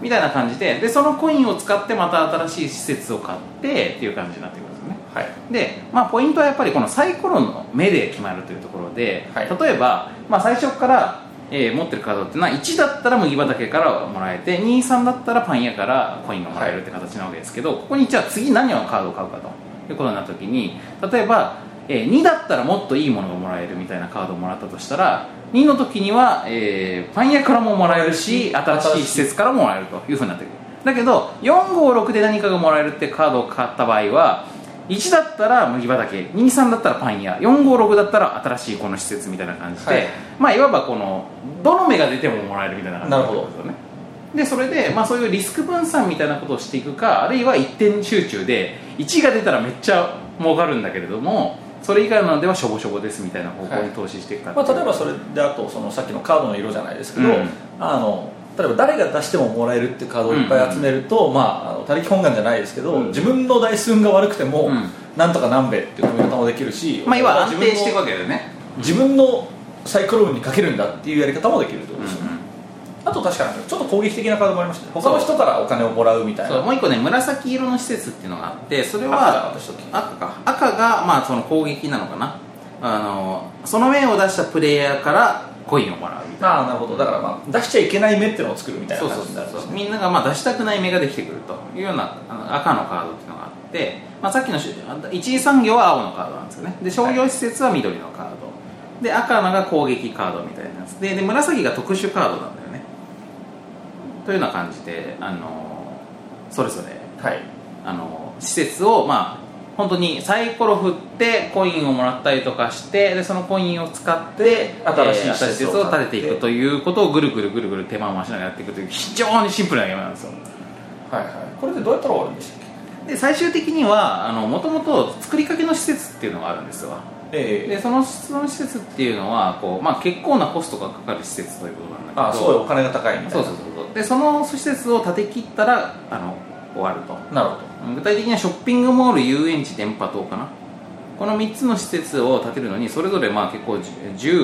みたいな感じででそのコインを使ってまた新しい施設を買ってっていう感じになってくるんですよねどはいで、まあ、ポイントはやっぱりこのサイコロの目で決まるというところで、はい例えば、まあ、最初から、えー持ってるカードっていうのは1だったら麦畑からもらえて23だったらパン屋からコインがもらえるって形なわけですけど、ここにじゃあ次何をカードを買うかということになった時に例えば、えー2だったらもっといいものがもらえるみたいなカードをもらったとしたら2の時には、えーパン屋からももらえるし新しい施設からももらえるというふうになってくるだけど456で何かがもらえるってカードを買った場合は1だったら麦畑23だったらパン屋456だったら新しいこの施設みたいな感じで、はいい、まあいわばこのどの目が出てももらえるみたいな感じなるほどってことですよねでそれで、まあ、そういうリスク分散みたいなことをしていくかあるいは一点集中で1が出たらめっちゃ儲かるんだけれどもそれ以外のではしょぼしょぼですみたいな方向に投資していくかっていまうあ、例えばそれであとそのさっきのカードの色じゃないですけど、うんあの例えば誰が出してももらえるっていうカードをいっぱい集めると、まああの他力本願じゃないですけど、うん自分の台数運が悪くても、うんなんとか何べっていう組み方もできるし、まあ、要は安定していくわけけだよね自分のサイコロ運にかけるんだっていうやり方もできるってことですよね、あと確かちょっと攻撃的なカードもありましたね他の人からお金をもらうみたいそうなもう一個ね紫色の施設っていうのがあってそれ赤はだ私だっけ赤か赤がまあその攻撃なのかなあのその面を出したプレイヤーからコインをもらうみたいああなるほどだからまあ出しちゃいけない目っていうのを作るみたないそなうそ感うじになそうるんですそうねみんながまあ出したくない目ができてくるというようなあの赤のカードっていうのがあって、まあ、さっきのし一次産業は青のカードなんですよねで商業施設は緑のカードで赤のが攻撃カードみたいなやつでで紫が特殊カードなんだよねというような感じであのそれぞれはいあの施設をまあ本当にサイコロ振ってコインをもらったりとかしてでそのコインを使って新しいえー施設をを建てていくということをぐるぐるぐるぐる手間を回しながらやっていくという非常にシンプルなゲームなんですよはいはいこれでどうやったら終わるんでしたっけで最終的にはもともと作りかけの施設っていうのがあるんですよええでそのその施設っていうのはこう、まあ、結構なコストがかかる施設ということなんだけどああすごいお金が高いみたいなそうそうそうそうでその施設を建て切ったらあの終わるとなるほ具体的にはショッピングモール遊園地電波塔かなこの3つの施設を建てるのにそれぞれまあ結構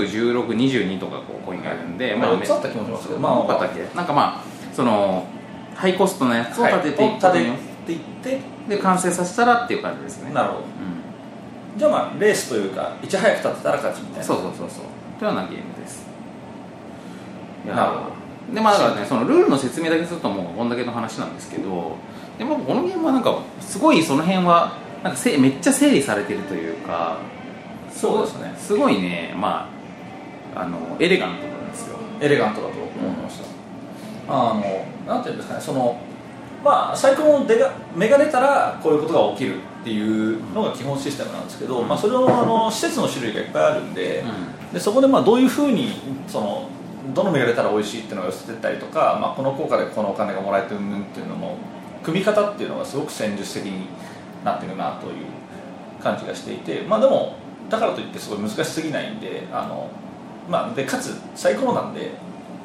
101622とかこうコインがあるんで、はいまあまあ四つあった気もしますけどままああ多かったっけなんかまあそのハイコストなやつをど建てていくことによはっい建てていっで完成させたらっていう感じですてねなるほどうじゃあまあレースというかいち早く立てたら勝ちみたいん、なそうそうそうそうというようなゲームですいやーなるほでまあだからねそのルールの説明だけするともうこんだけの話なんですけどでもこのゲームはなんかすごいその辺はなんかせめっちゃ整理されてるというかそうですねすごいねまああのエレガントなんですよエレガントだと思いました、あのなんていうんですかねそのまあサイコロの出が目が出たらこういうことが起きるっていうのが基本システムなんですけど、うんまあ、それをあの施設の種類がいっぱいあるんで,、でそこでまあどういうふうにそのどの目が出たら美味しいっていうのが寄せてったりとか、まあ、この効果でこのお金がもらえてうんぬんっていうのも組み方っていうのがすごく戦術的になってるなという感じがしていて、まあ、でもだからといってすごい難しすぎないんであの、まあ、でかつサイコロなんで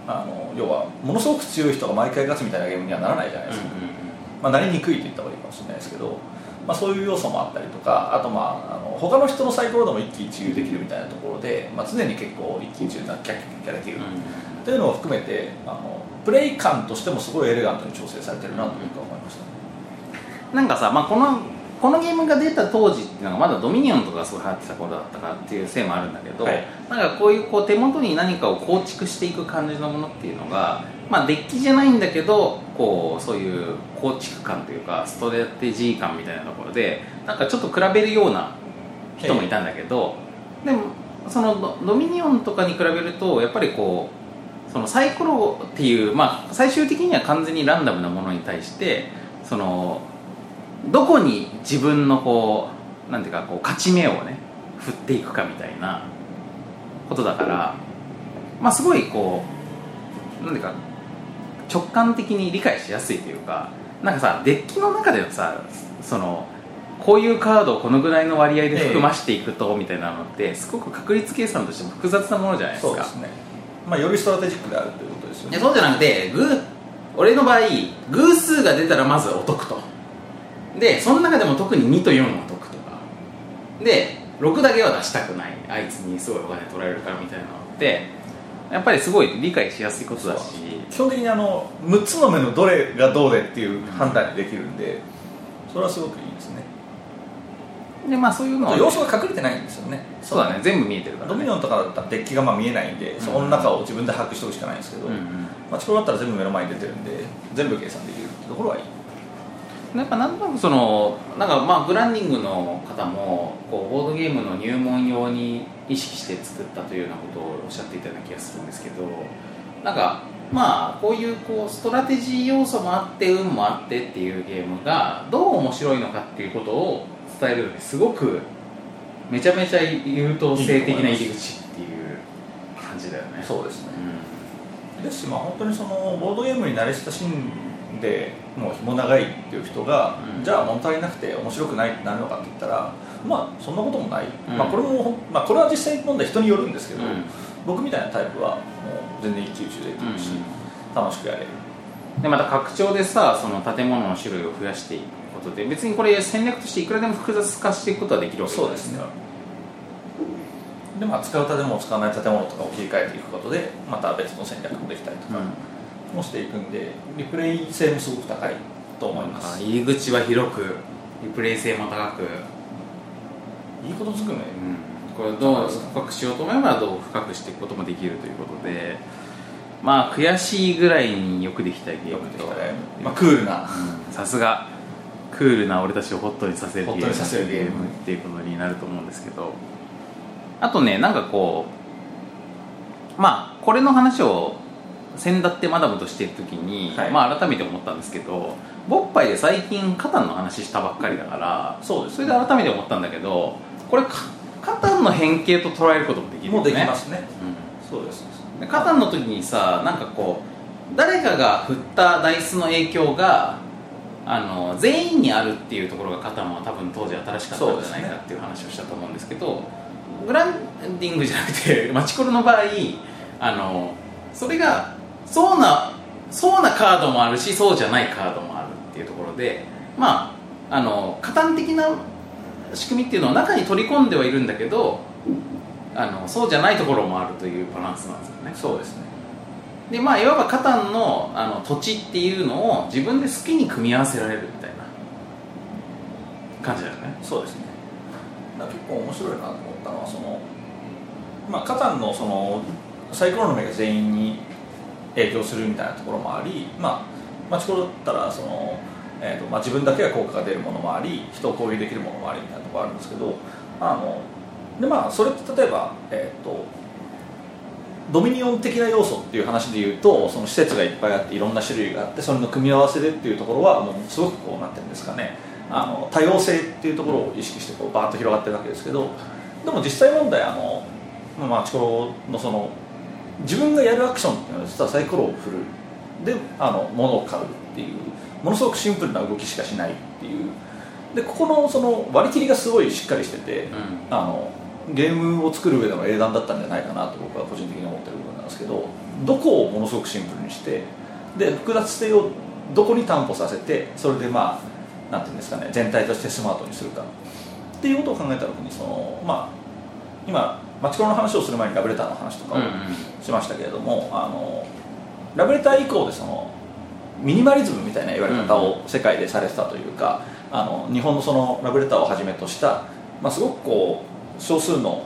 あの要はものすごく強い人が毎回勝つみたいなゲームにはならないじゃないですか、まあ、なりにくいと言った方がいいかもしれないですけど、まあ、そういう要素もあったりとかあとまああの他の人のサイコロでも一喜一憂できるみたいなところで、まあ、常に結構一喜一憂なキャッキャッキャッキャできる、というのを含めてあのプレイ感としてもすごいエレガントに調整されてるなというか思いましたね、なんかさ、まあ、このこのゲームが出た当時っていうのがまだドミニオンとかがすごい流行ってた頃だったからっていうせいもあるんだけど、はいなんかこういうこう手元に何かを構築していく感じのものっていうのが、まあ、デッキじゃないんだけどこうそういう構築感というかストラテジー感みたいなところでなんかちょっと比べるような人もいたんだけど、でもそのドドミニオンとかに比べるとやっぱりこうそのサイコロっていう、まあ、最終的には完全にランダムなものに対してそのどこに自分のこうなんていうかこう勝ち目をね振っていくかみたいなことだから、まあ、すごいこうなんていうか直感的に理解しやすいというかなんかさデッキの中でのさそのこういうカードをこのぐらいの割合で含ましていくと、みたいなのってすごく確率計算としても複雑なものじゃないですか。そうですね、まあ、よりストラテジックであるということですよいねやそうじゃなくて偶俺の場合偶数が出たらまずお得とでその中でも特に2と4はお得とかで6だけは出したくないあいつにすごいお金取られるからみたいなのってやっぱりすごい理解しやすいことだし基本的にあの6つの目のどれがどうでっていう判断ができるんでそれはすごくいいですねでまあそういうのあはと要素が隠れてないんですよねそうだね全部見えてるからドミねニオンとかだったらデッキがまあ見えないんで、んそこの中を自分で把握しておくしかないんですけど、うんうんまあ、そこだったら全部目の前に出てるんで全部計算できるってところはいいやっぱなんとなくそのなんかまあグランディングの方もこうボードゲームの入門用に意識して作ったというようなことをおっしゃっていたような気がするんですけどなんかまあこういうこうストラテジー要素もあって運もあってっていうゲームがどう面白いのかっていうことを伝えるのにすごくめちゃめちゃ優等生的な入り口っていう感じだよね。そうですねうですしまあ本当にそのボードゲームに慣れ親しんでもう紐長いっていう人が、うんじゃあ物足りなくて面白くないってなるのかって言ったらまあそんなこともない、うんまあこれもほん、まあ、これは実際問題人によるんですけど、んうん僕みたいなタイプはもう全然一騎打ちできるし、楽しくやれるでまた拡張でさその建物の種類を増やしていくことで別にこれ戦略としていくらでも複雑化していくことはできるわけそうですねでまあ使う建物使わない建物とかを切り替えていくことでまた別の戦略もできたりとうか、んもしていくんでリプレイ性もすごく高いと思いまあすい入り口は広くリプレイ性も高く、いことつくねこれをどう深くしようと思えばどう深くしていくこともできるということでまあ悔しいぐらいによくできたゲーよムくでときたね、まあ、クールなうんさすがクールな俺たちをホットにさせるゲームホットにさせるゲームっていうことになると思うんですけどあとねなんかこうまあこれの話を先だってマダムとしてる時に、はいまあ改めて思ったんですけどボッパイで最近カタンの話したばっかりだからそうですそれで改めて思ったんだけどこれかカタンの変形と捉えることもできるよねもうできますねうんそうですでカタンの時にさなんかこう誰かが振ったダイスの影響があの全員にあるっていうところがカタンは多分当時新しかったんじゃないかっていう話をしたと思うんですけどグランディングじゃなくて マチコロの場合あのそれがそうなそうなカードもあるしそうじゃないカードもあるっていうところでまああのカタン的な仕組みっていうのは中に取り込んではいるんだけどあのそうじゃないところもあるというバランスなんですよねそうですねでまあいわばカタンのあの土地っていうのを自分で好きに組み合わせられるみたいな感じだよねそうですねだから結構面白いなと思ったのはそのまあカタンのそのサイコロの目が全員に影響するみたいなところもありまあマチコロだったらその、えーとまあ、自分だけが効果が出るものもあり人を攻撃できるものもありみたいなところあるんですけどあのでまあそれって例えばえっ、とドミニオン的な要素っていう話でいうとその施設がいっぱいあっていろんな種類があってそれの組み合わせでっていうところはもうすごくこうなんていうんですかねあの多様性っていうところを意識してこうバーッと広がってるわけですけどでも実際問題あの、まあ、チコロのその自分がやるアクションっていうのは実はサイコロを振るであの物を買うっていうものすごくシンプルな動きしかしないっていうでここのその割り切りがすごいしっかりしてて、うあのゲームを作る上での英断だったんじゃないかなと僕は個人的に思ってる部分なんですけどどこをものすごくシンプルにしてで複雑性をどこに担保させてそれでまあなんていうんですかね全体としてスマートにするかっていうことを考えた時にそのまあ今マチコロの話をする前にラブレターの話とかをんうんしましたけれどもあのラブレター以降でそのミニマリズムみたいな言われ方を世界でされてたというか、あの日本のそのラブレターをはじめとした、まあ、すごくこう少数の、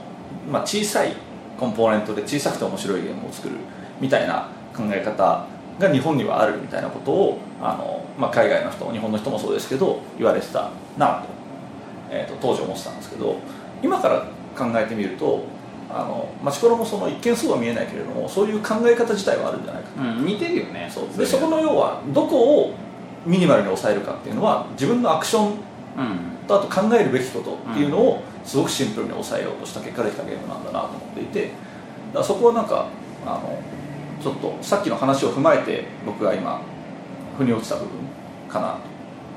まあ、小さいコンポーネントで小さくて面白いゲームを作るみたいな考え方が日本にはあるみたいなことをあの、まあ、海外の人日本の人もそうですけど言われてたなと,、えーと当時思ってたんですけど今から考えてみるとあのマチコロもその一見そうは見えないけれどもそういう考え方自体はあるんじゃないかうん、うん、似てるよねそうれでそこの要はどこをミニマルに抑えるかっていうのは自分のアクションうんとあと考えるべきことっていうのをすごくシンプルに抑えようとした結果できたゲームなんだなと思っていてだからそこはなんかあのちょっとさっきの話を踏まえて僕が今腑に落ちた部分かなだか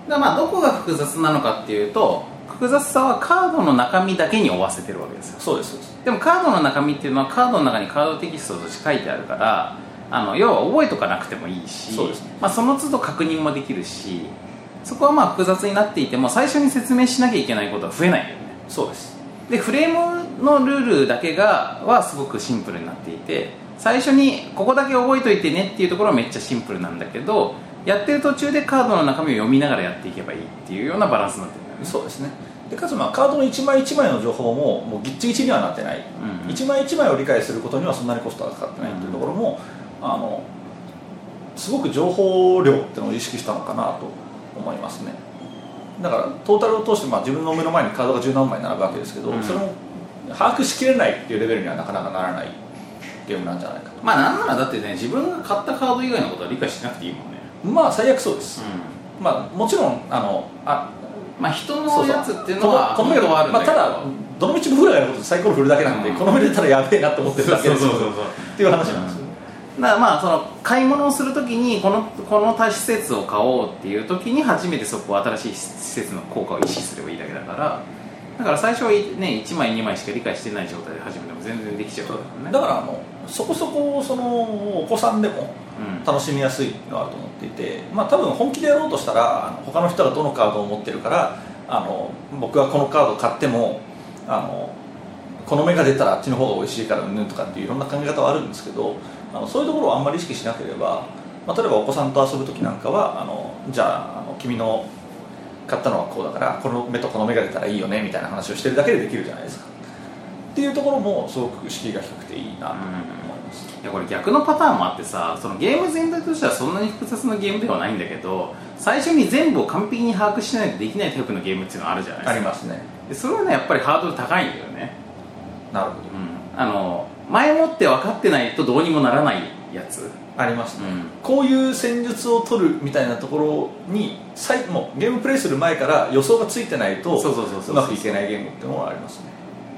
らまあどこが複雑なのかっていうと複雑さはカードの中身だけに負わせてるわけですよとそうですそうですでもカードの中身っていうのはカードの中にカードテキストとして書いてあるからあの要は覚えとかなくてもいいしそうですねまあ、その都度確認もできるしそこはまあ複雑になっていても最初に説明しなきゃいけないことは増えないよねそうですでフレームのルールだけがはすごくシンプルになっていて最初にここだけ覚えといてねっていうところはめっちゃシンプルなんだけどやってる途中でカードの中身を読みながらやっていけばいいっていうようなバランスになってるんだよねそうですねでかつまあカードの一枚一枚の情報ももうぎっちぎちにはなってない、うん一枚一枚を理解することにはそんなにコストがかかってないっていうところも、あのすごく情報量ってのを意識したのかなと思いますねだからトータルを通してまあ自分の目の前にカードが十何枚並ぶわけですけど、うんそれも把握しきれないっていうレベルにはなかなかならないゲームなんじゃないかとまあなんならだってね自分が買ったカード以外のことは理解しなくていいもんねまあ最悪そうです、うまあもちろんあのあんまあ人そのうそうやつっていうのはこの本当はあるんだまあ、けどただどの道もフラがやることでサイコロ振るだけなんで、うんこの目でたらやべえなと思ってるだけですそうそうそうそうっていう話なんですよ、だからまあその買い物をするときにこのこの施設を買おうっていうときに初めてそこを新しい施設の効果を意識すればいいだけだからだから最初はね1枚2枚しか理解してない状態で始めても全然できちゃうからねだからあのそこそこそのお子さんでもうん楽しみやすいのはあると思っていて、まあ、多分本気でやろうとしたらあの他の人がどのカードを持ってるからあの僕はこのカードを買ってもあのこの目が出たらあっちの方が美味しいからうんぬんとかっていういろんな考え方はあるんですけどあのそういうところをあんまり意識しなければまあ、例えばお子さんと遊ぶ時なんかはあのじゃああの君の買ったのはこうだからこの目とこの目が出たらいいよねみたいな話をしてるだけでできるじゃないですかっていうところもすごく敷居が低くていいなと思います、いやこれ逆のパターンもあってさそのゲーム全体としてはそんなに複雑なゲームではないんだけど最初に全部を完璧に把握しないとできないタイプのゲームっていうのはあるじゃないであすりかますねでそれはねやっぱりハードル高いんだよね、なるほうん、あの前もって分かってないとどうにもならないやつ、どありますね、ん、こういう戦術を取るみたいなところにさいもうゲームプレイする前から予想がついてないとそうそうそうそうまくいけないゲームってのはありますね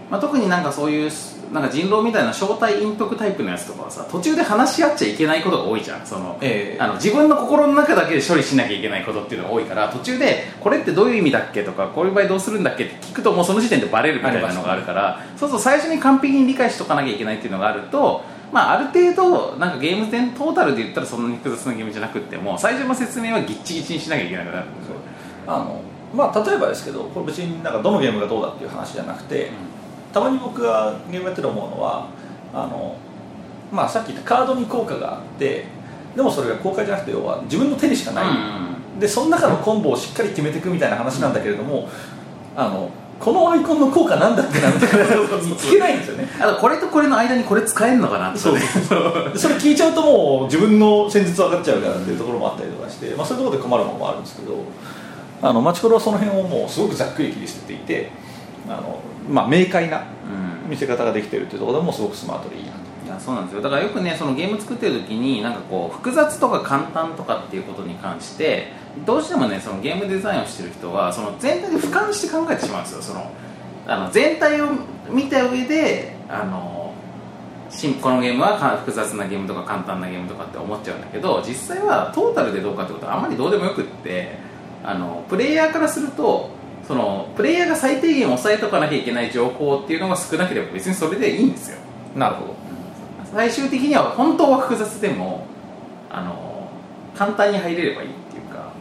まあ、特になんかそういうなんか人狼みたいな正体隠匿タイプのやつとかはさ途中で話し合っちゃいけないことが多いじゃんその、ええあの自分の心の中だけで処理しなきゃいけないことっていうのが多いから途中でこれってどういう意味だっけとかこういう場合どうするんだっけって聞くともうその時点でバレるみたいなのがあるからそうすると最初に完璧に理解しとかなきゃいけないっていうのがあると、まあ、ある程度なんかゲーム全トータルで言ったらそんなに複雑なゲームじゃなくっても最初の説明はギッチギチにしなきゃいけなくなるんですよあのまあ例えばですけどこれ別になんかどのゲームがどうだっていう話じゃなくて、たまに僕がゲームやってて思うのはあの、まあ、さっき言ったカードに効果があってでもそれが効果じゃなくて要は自分の手にしかない、でその中のコンボをしっかり決めていくみたいな話なんだけれども、あのこのアイコンの効果なんだっけなみたいなそうそう聞けないんですよねあとこれとこれの間にこれ使えるのかなとかねそれ聞いちゃうともう自分の戦術分かっちゃうからっていうところもあったりとかして、まあ、そういうところで困るものもあるんですけどあのマチコロはその辺をもうすごくざっくり切り捨てていてあの、まあ、明快なうん見せ方ができてるっていうところでもすごくスマートでいいなといやそうなんですよだからよくねそのゲーム作ってる時になんかこう複雑とか簡単とかっていうことに関してどうしてもねそのゲームデザインをしてる人はその全体で俯瞰して考えてしまうんですよそのあの全体を見た上であのしこのゲームはか複雑なゲームとか簡単なゲームとかって思っちゃうんだけど実際はトータルでどうかってことはあまりどうでもよくってあのプレイヤーからするとそのプレイヤーが最低限抑えとかなきゃいけない情報っていうのが少なければ別にそれでいいんですよなるほど最終的には本当は複雑でもあの簡単に入れればいいっていうかだか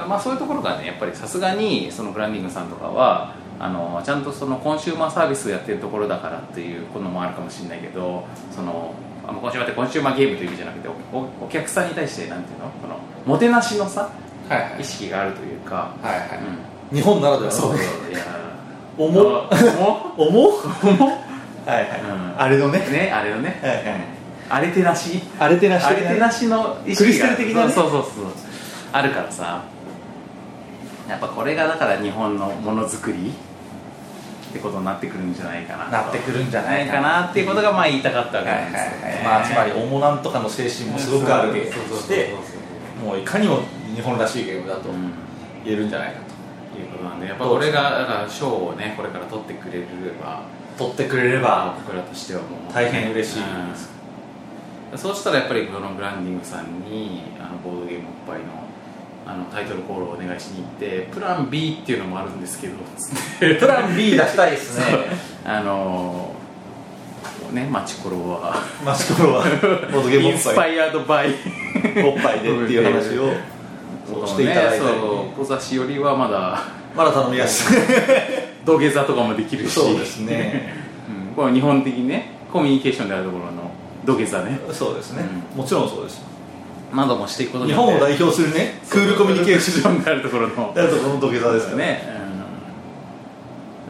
らまあそういうところがねやっぱりさすがにそのブランディングさんとかはあのちゃんとそのコンシューマーサービスをやってるところだからっていうこともあるかもしれないけどそのあのコンシューマーってコンシューマーゲームという意味じゃなくておおお客さんに対してなんていうのこのもてなしのさはい意識があるというか、はいはうい、ん、日本ならではそうのそういや重っ重重っはいはい、うんあれのねっねあれをねはいはいあれてなしあれてなしあ的れてなしの意識がクリステル的なねそうそうそうそうあるからさやっぱこれがだから日本のものづくりってことになってくるんじゃないかなとなってくるんじゃないなかいかななっていうことがまあ言いたかったわはいけはいなんですよね、はいまあつまり重なんとかの精神もすごくあるわけでそうそうそうそうしてもういかにも日本らしいゲームだとうん言えるんじゃないかいうことなんでやっぱこれがだから賞をねこれから取ってくれればと取ってくれれば僕らとしてはもう大変嬉しいですうんそうしたらやっぱりこのブランディングさんにあのボードゲームおっぱいのあのタイトルコールをお願いしに行ってプラン B っていうのもあるんですけどつって プラン B 出したいですねあのーねマチコロはマスコロはボードゲームイおンっスパぱいイアードバイおっぱいでっていう話をしていただいたそりう小指しよりはまだまだ頼みやすい土下座とかもできるしそうですねうんこれは日本的にねコミュニケーションであるところの土下座ね そうですねもちろんそうですなどもしていくことに日よって本を代表するねクールコミュニケーシ ョンがあるところのだとこの土下座ですからね、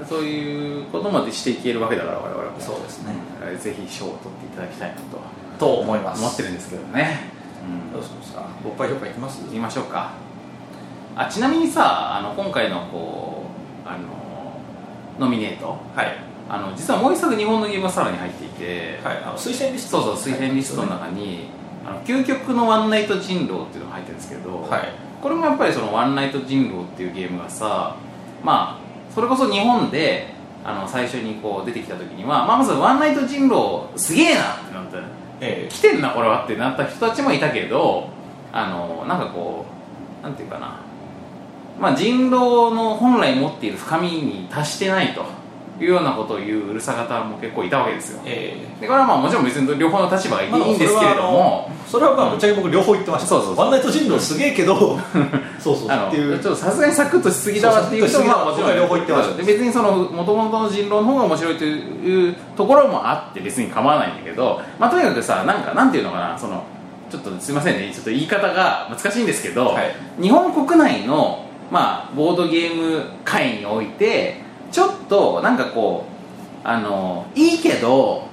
うん、そういうことまでしていけるわけだから我々もそうですねえーぜひ賞を取っていただきたいなとと思います思ってるんですけどね、どうしますかおっぱい評価いきますうん、いきましょうかあちなみにさあの今回のこうあのノミネートはいあの実はもう一作日本のゲームはさらに入っていて、はい、あの推薦リスそトうそう推薦リストの中に、あの究極のワンナイト人狼っていうのが入ってるんですけど、はいこれもやっぱりその「ワンナイト人狼」っていうゲームがさまあそれこそ日本であの最初にこう出てきた時には、まあ、まず「ワンナイト人狼」すげえなってなったえ来てんなこれはってなった人たちもいたけどあのなんかこうなんていうかな、まあ、人狼の本来持っている深みに達してないというようなことを言ううるさ方も結構いたわけですよー、えでこれはまあもちろん別に両方の立場がいていいんですけれども、それはまあぶっちゃけ僕両方言ってましたそうそうそうワンナイト人狼すげえけ どそうそうあのっていちょうっとさすがにサクッとしすぎだわっていう人そうもサクッとしすぎまあだもちろん僕は両方言ってましたで別にその元々の人狼の方が面白いというところもあって別に構わないんだけど、まあ、とにかくさなんかなんていうのかなそのちょっとすいませんねちょっと言い方が難しいんですけど、はい日本国内の、まあ、ボードゲーム界においてちょっとなんかこうあのいいけど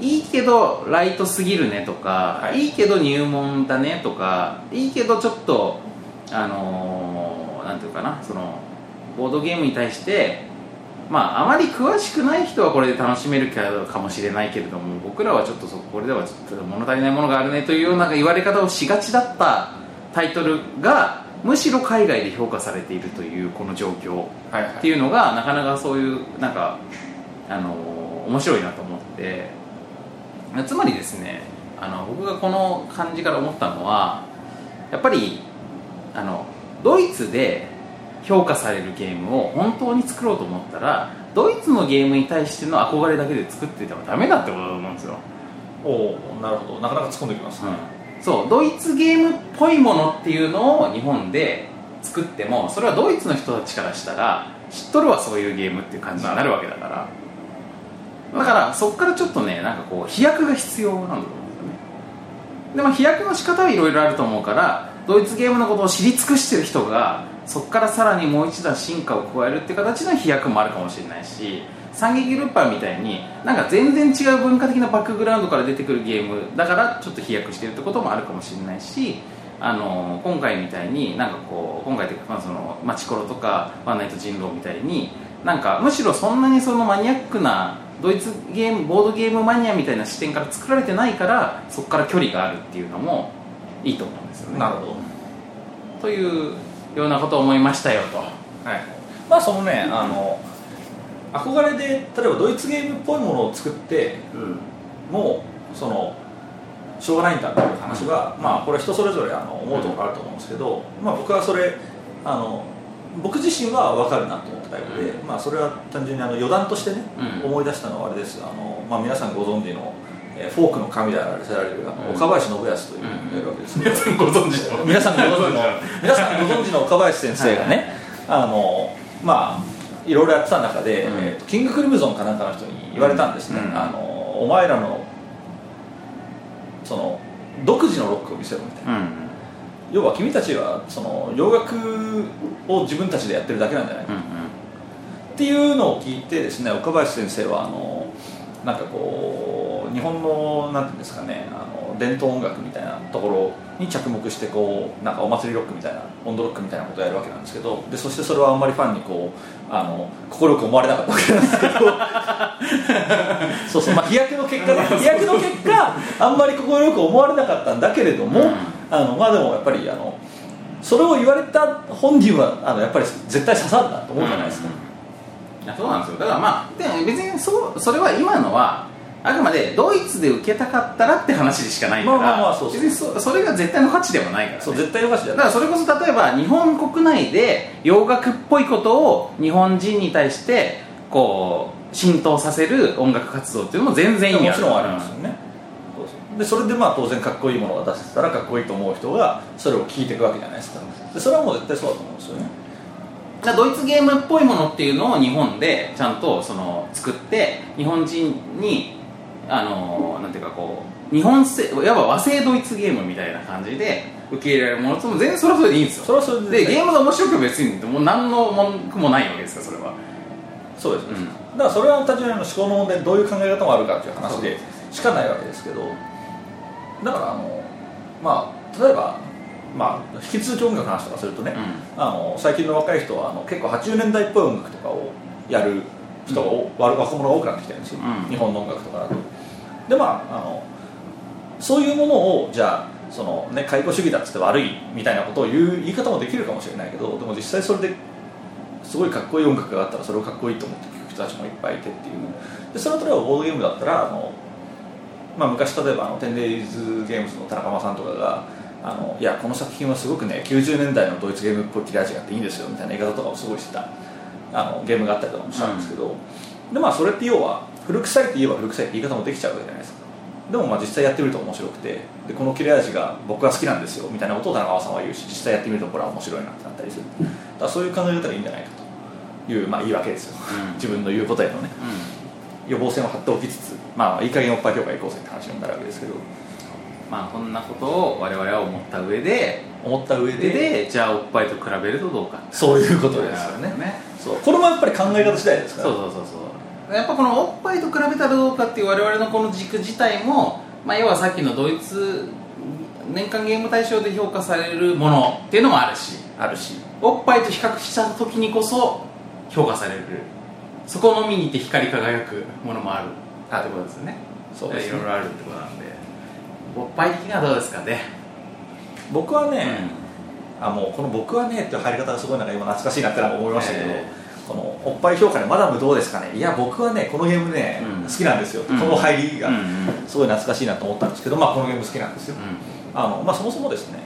いいけどライトすぎるねとか、はいい、いけど入門だねとかいいけどちょっとあのーなんていうかなそのボードゲームに対してまああまり詳しくない人はこれで楽しめるかかもしれないけれども僕らはちょっとそこれではちょっと物足りないものがあるねというような言われ方をしがちだったタイトルがむしろ海外で評価されているというこの状況はいはっいていうのがなかなかそういうなんかあの面白いなと思ってつまりですねあの僕がこの感じから思ったのはやっぱりあのドイツで評価されるゲームを本当に作ろうと思ったらドイツのゲームに対しての憧れだけで作っててはダメだってことだと思うんですよ、おおなるほどなかなか突っ込んできます、そうドイツゲームっぽいものっていうのを日本で作ってもそれはドイツの人たちからしたら知っとるわそういうゲームっていう感じになるわけだからだからそこからちょっとねなんかこう飛躍が必要なんだと思うんですよねでも飛躍の仕方はいろいろあると思うからドイツゲームのことを知り尽くしてる人がそこからさらにもう一段進化を加えるって形の飛躍もあるかもしれないし三撃ルッパーみたいになんか全然違う文化的なバックグラウンドから出てくるゲームだからちょっと飛躍してるってこともあるかもしれないしあの今回みたいになんかこう今回というか、まあ、そのマチコロとかワンナイト人狼みたいになんかむしろそんなにそのマニアックなドイツゲームボードゲームマニアみたいな視点から作られてないからそこから距離があるっていうのもいいと思うんですよねなるほどというようなことを思いましたよとはい、まあそのねあの憧れで例えばドイツゲームっぽいものを作ってもうそのしょうがないんだっていう話は、まあこれ人それぞれあの思うところあると思うんですけど、まあ僕はそれあの僕自身は分かるなと思ったタイプで、うまあそれは単純にあの余談としてね、うん思い出したのはあれですあの、まあ、皆さんご存知の、えーフォークの神であらせられるあのうん岡林信康という人がいるわけですけど、さんご存知の皆さんご存知の皆さんご存知の岡林先生がね、あのまあいろいろやってた中で、うんえーとキングクリムゾンかなんかの人に言われたんですね、うんあのお前らのその独自のロックを見せろみたいなうん要は君たちはその洋楽を自分たちでやってるだけなんじゃないか、うんっていうのを聞いてですね岡林先生はあのなんかこう日本のなんていうんですかねあの伝統音楽みたいなところに着目してこうなんかお祭りロックみたいな温度ロックみたいなことをやるわけなんですけどでそしてそれはあんまりファンにこうあの心よく思われなかったわけなんですけど そうそう、まあ、飛躍の結果ね飛躍の結果あんまり心よく思われなかったんだけれども、うんあのまあでもやっぱりあのそれを言われた本人はあのやっぱり絶対刺さるなと思うじゃないですか、いやそうなんですよだからまあでも別にそうそれは今のはあくまでドイツで受けたかったらって話でしかないから、まあまあまあそうそう別にそそれが絶対の価値ではないから、ね、そう絶対おかしいじゃだなかいらそれこそ例えば日本国内で洋楽っぽいことを日本人に対してこう浸透させる音楽活動っていうのも全然意味もあるちろんありますよね、そうそうでそれでまあ当然かっこいいものが出せてたらかっこいいと思う人がそれを聞いていくわけじゃないですかでそれはもう絶対そうだと思うんですよねだからドイツゲームっぽいものっていうのを日本でちゃんとその作って日本人にあのなんていうかこう日本製いわば和製ドイツゲームみたいな感じで受け入れられるものとも全然それはそれでいいんですそよれはそれででゲームが面白く別にもう何の文句もないわけですよそれはそうですね、うんだからそれは単純にあの思考の問題でどういう考え方もあるかっていう話でしかないわけですけどだからあのまあ例えばまあ引き続き音楽の話とかするとね、あの最近の若い人はあの結構80年代っぽい音楽とかをやる人がお、わ若者が多くなってきてるんですよ、うん日本の音楽とかだとでまああのそういうものをじゃあその、ね、解雇主義だっつって悪いみたいなことを言う言い方もできるかもしれないけどでも実際それですごいかっこいい音楽があったらそれをかっこいいと思って聴く人たちもいっぱいいてっていうでそれは例えばボードゲームだったらあの、まあ、昔例えばあのテンデイズゲームズの田中間さんとかがあのいやこの作品はすごくね90年代のドイツゲームっぽい切れ味があっていいんですよみたいな言い方とかをすごいしてたあのゲームがあったりとかもしたんですけど、でまあそれって要は古臭いって言えば古臭いって言い方もできちゃうわけじゃないですかでもまあ実際やってみると面白くてでこの切れ味が僕は好きなんですよみたいなことを田中さんは言うし実際やってみるとこれは面白いなってなったりするだからそういう考え方がいいんじゃないかというまあ言い訳ですよ、うん自分の言うことへのね予防線を張っておきつつまあいい加減おっぱい協会行こうぜって話になるわけですけどまあこんなことを我々は思った上で思った上でででじゃあおっぱいと比べるとどうかってそういうことですよねねそうこれもやっぱり考え方次第ですかそうらそうそうそうやっぱこのおっぱいと比べたらどうかっていう我々のこの軸自体も、まあ、要はさっきのドイツ年間ゲーム大賞で評価されるものっていうのもあるしあるしおっぱいと比較した時にこそ評価されるそこのみにて光り輝くものもあるあってことですよねそうですねいろいろあるってことなんでおっぱい的にはどうですかね僕はね、あもうこの「僕はね」っていう入り方がすごいなんか今懐かしいなってなんか思いましたけど、えこのおっぱい評価で「マダムどうですかね」いや僕はねこのゲームね、うん好きなんですよ、うんこの入りうんが、うんすごい懐かしいなと思ったんですけど、まあ、このゲーム好きなんですよ、あのまあ、そもそもですね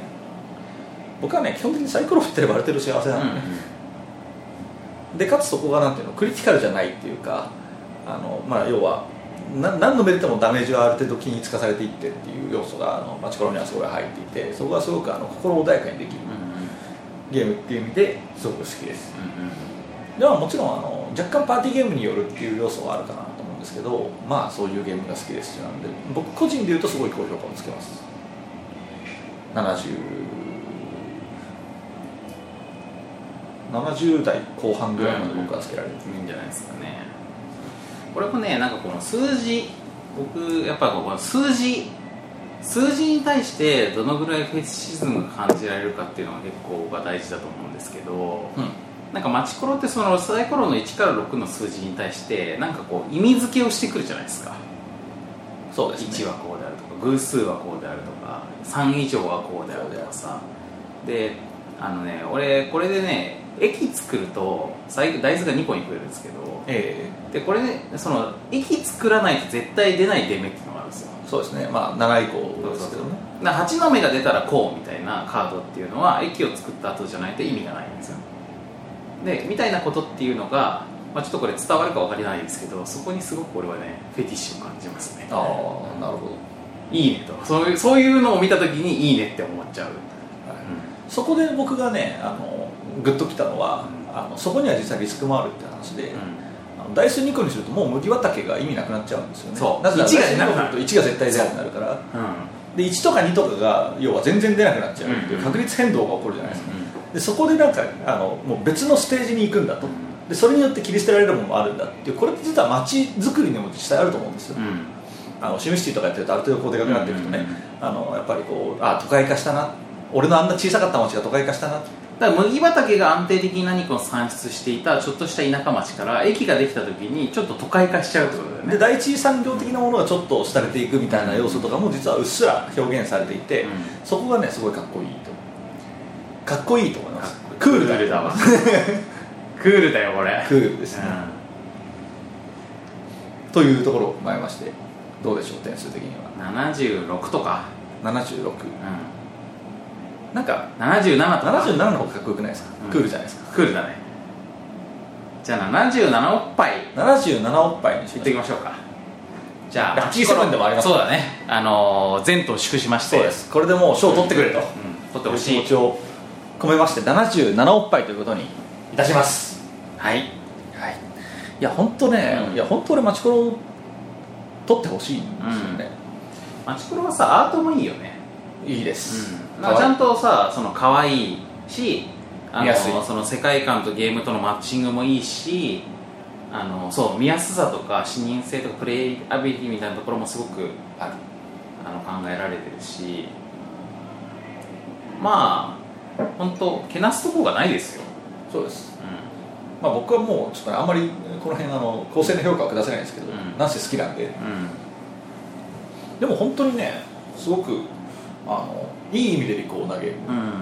僕はね基本的にサイコロ振ってればある程度幸せなうんのね、でかつそこがなんていうのクリティカルじゃないっていうかあの、まあ、要はな何のメリットもダメージはある程度均一化されていってっていう要素があのマチコロにはすごい入っていてそこがすごくあの心穏やかにできるうんうんゲームっていう意味ですごく好きですうんうんではもちろんあの若干パーティーゲームによるっていう要素はあるかなと思うんですけどまあそういうゲームが好きですなんで僕個人で言うとすごい高評価をつけます7070代後半ぐらいまで僕はつけられる、いいんじゃないですかね俺もねなんかこの数字僕やっぱこの数字数字に対してどのぐらいフェチシズムが感じられるかっていうのが結構僕は大事だと思うんですけどなんかマチコロってそのサイコロの1から6の数字に対してなんかこう意味付けをしてくるじゃないですかそうですね1はこうであるとか偶数はこうであるとか3以上はこうであるとかさであのね俺これでね駅作ると最大豆が2個に増えるんですけどえでこれねその駅作らないと絶対出ない出目っていうのがあるんですよえそうですねまあ7以降ですけどねだから8の目が出たらこうみたいなカードっていうのは駅を作った後じゃないと意味がないんですよでみたいなことっていうのが、まあ、ちょっとこれ伝わるか分かりないですけどそこにすごく俺はねフェティッシュを感じますねああなるほど、いいねとそういうそういうのを見た時にいいねって思っちゃう、そこで僕がねあのグッときたのは、あのそこには実際リスクもあるって話で、あのダイス2個にするともう麦畑が意味なくなっちゃうんですよねそうなぜなら1が出なくなダイス2個振るると1が絶対ゼロになるからうんで1とか2とかが要は全然出なくなっちゃうっていううん確率変動が起こるじゃないですか、でそこでなんかあのもう別のステージに行くんだとうんでそれによって切り捨てられるものもあるんだっていうこれって実は街づくりにも実際あると思うんですよ、うんうんあのシムシティとかやってるとある程度こうでかくなっていくとね、うんうんあのやっぱりこうあ都会化したな俺のあんな小さかった街が都会化したなだから麦畑が安定的に何かを産出していたちょっとした田舎町から駅ができた時にちょっと都会化しちゃうってことだよねで第一次産業的なものがちょっと廃れていくみたいな要素とかも実はうっすら表現されていて、うんそこがねすごいかっこいいとかっこいいと思いますかっこいいクールだクールだわクールだよこれクールですね、というところを踏まえましてどうでしょう点数的にはうん76とか、 76うん、なんか77とか77の方がかっこよくないですか、うんクールじゃないですかクールだねじゃあ77おっぱい77おっぱいにしいっまてきしょうましょうかじゃあラッキーセブンでもありますそうだねあのー、前途を祝しましてそうですこれでもう賞を取ってくれと、うん、取ってといほうし気い持ちを込めまして77おっぱいということにいたしますはいはい、いや本当ね、うんいや本当俺マチコロ取ってほしいんですよね、マチクロはさアートもいいよね、いいです、なんかちゃんとさその可愛いしあ見のやすいその世界観とゲームとのマッチングもいいしあのそう見やすさとか視認性とかプレイアビリティみたいなところもすごくあるあの考えられてるしまあ本当けなすとこがないですよ、そうです、うまあ、僕はもうちょっとねあんまりこの辺あの公正な評価は下せないんですけど、うんなんせ好きなんでんうん、でも本当にねすごくあのいい意味で利口なゲームうん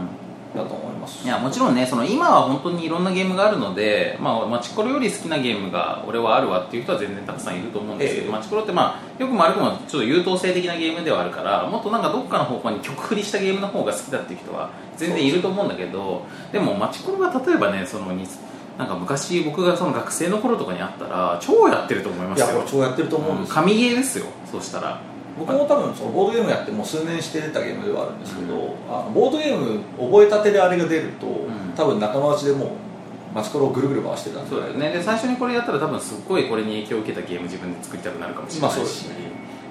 だと思います、いやもちろんねその今は本当にいろんなゲームがあるので、まあ、マチコロより好きなゲームが俺はあるわっていう人は全然たくさんいると思うんですけど、ええマチコロって、まあ、よくも悪くもちょっと優等生的なゲームではあるからもっとなんかどっかの方向に曲振りしたゲームの方が好きだっていう人は全然いると思うんだけどでもマチコロが例えばねそのになんか昔僕がその学生の頃とかにあったら超やってると思いまいすやよこれ超やってると思うんうでんすよ、神ゲーですよそうしたら僕も多分そのボードゲームやってもう数年してたゲームではあるんですけど、あのボードゲーム覚えたてであれが出ると、ん多分仲間内でもうマチコロをぐるぐる回してたんでそうだよねで最初にこれやったら多分すっごいこれに影響を受けたゲーム自分で作りたくなるかもしれないまあそうでし、す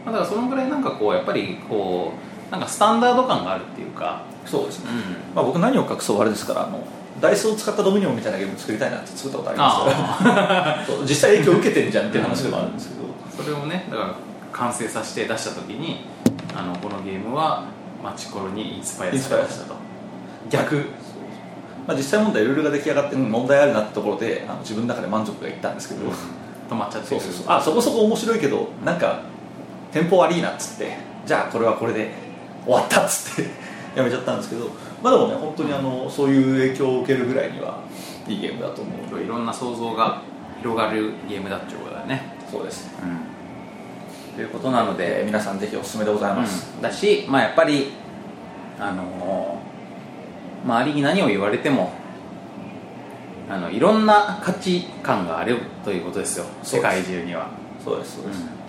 まあだからそのぐらいなんかこうやっぱりこうなんかスタンダード感があるっていうか、そうですね、うまあ、僕何を隠そうあれですからあのダイソーを使ったドミニオンみたいなゲーム作りたいなって作ったことありますあから そう実際影響受けてんじゃんっていう話でもあるんですけど、あそれをねだから完成させて出した時にあのこのゲームはマチコロにインスパイアされましたと逆まあ、実際問題ルールが出来上がってうん問題あるなってところであの自分の中で満足がいったんですけど、止まっちゃってそうるそうそうあそこそこ面白いけどなんかテンポ悪いなっつってじゃあこれはこれで終わったっつって やめちゃったんですけどまあでもね本当にあのそういう影響を受けるぐらいにはいいゲームだと思うのでいろんな想像が広がるゲームだっていうことだね、そうですねということなのでで、皆さんぜひおすすめでございます、うんだし、まあ、やっぱり、あのー周りに何を言われてもあのいろんな価値観があるということですよそうです世界中には、そうですそうです、うん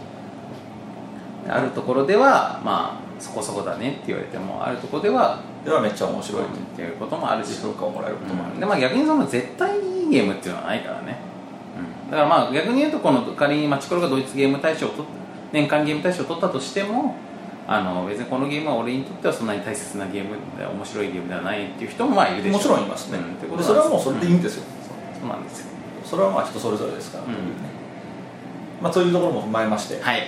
あるところではまあそこそこだねって言われてもあるところではではめっちゃ面白いとっていうこともあるし、評価をもらえることもある、でまあ、逆にその絶対にいいゲームっていうのはないからね、だからまあ逆に言うとこの仮にマチコロがドイツゲーム大賞を取っ年間ゲーム大賞を取ったとしてもあの別にこのゲームは俺にとってはそんなに大切なゲームで面白いゲームではないっていう人もまあいるでしょうもちろんいますね、うってことなんでですそれはもうそれでいいんですよ、うんそうなんですよ、それはまあ人それぞれですから、うんまあ、そういうところも踏まえまして、はい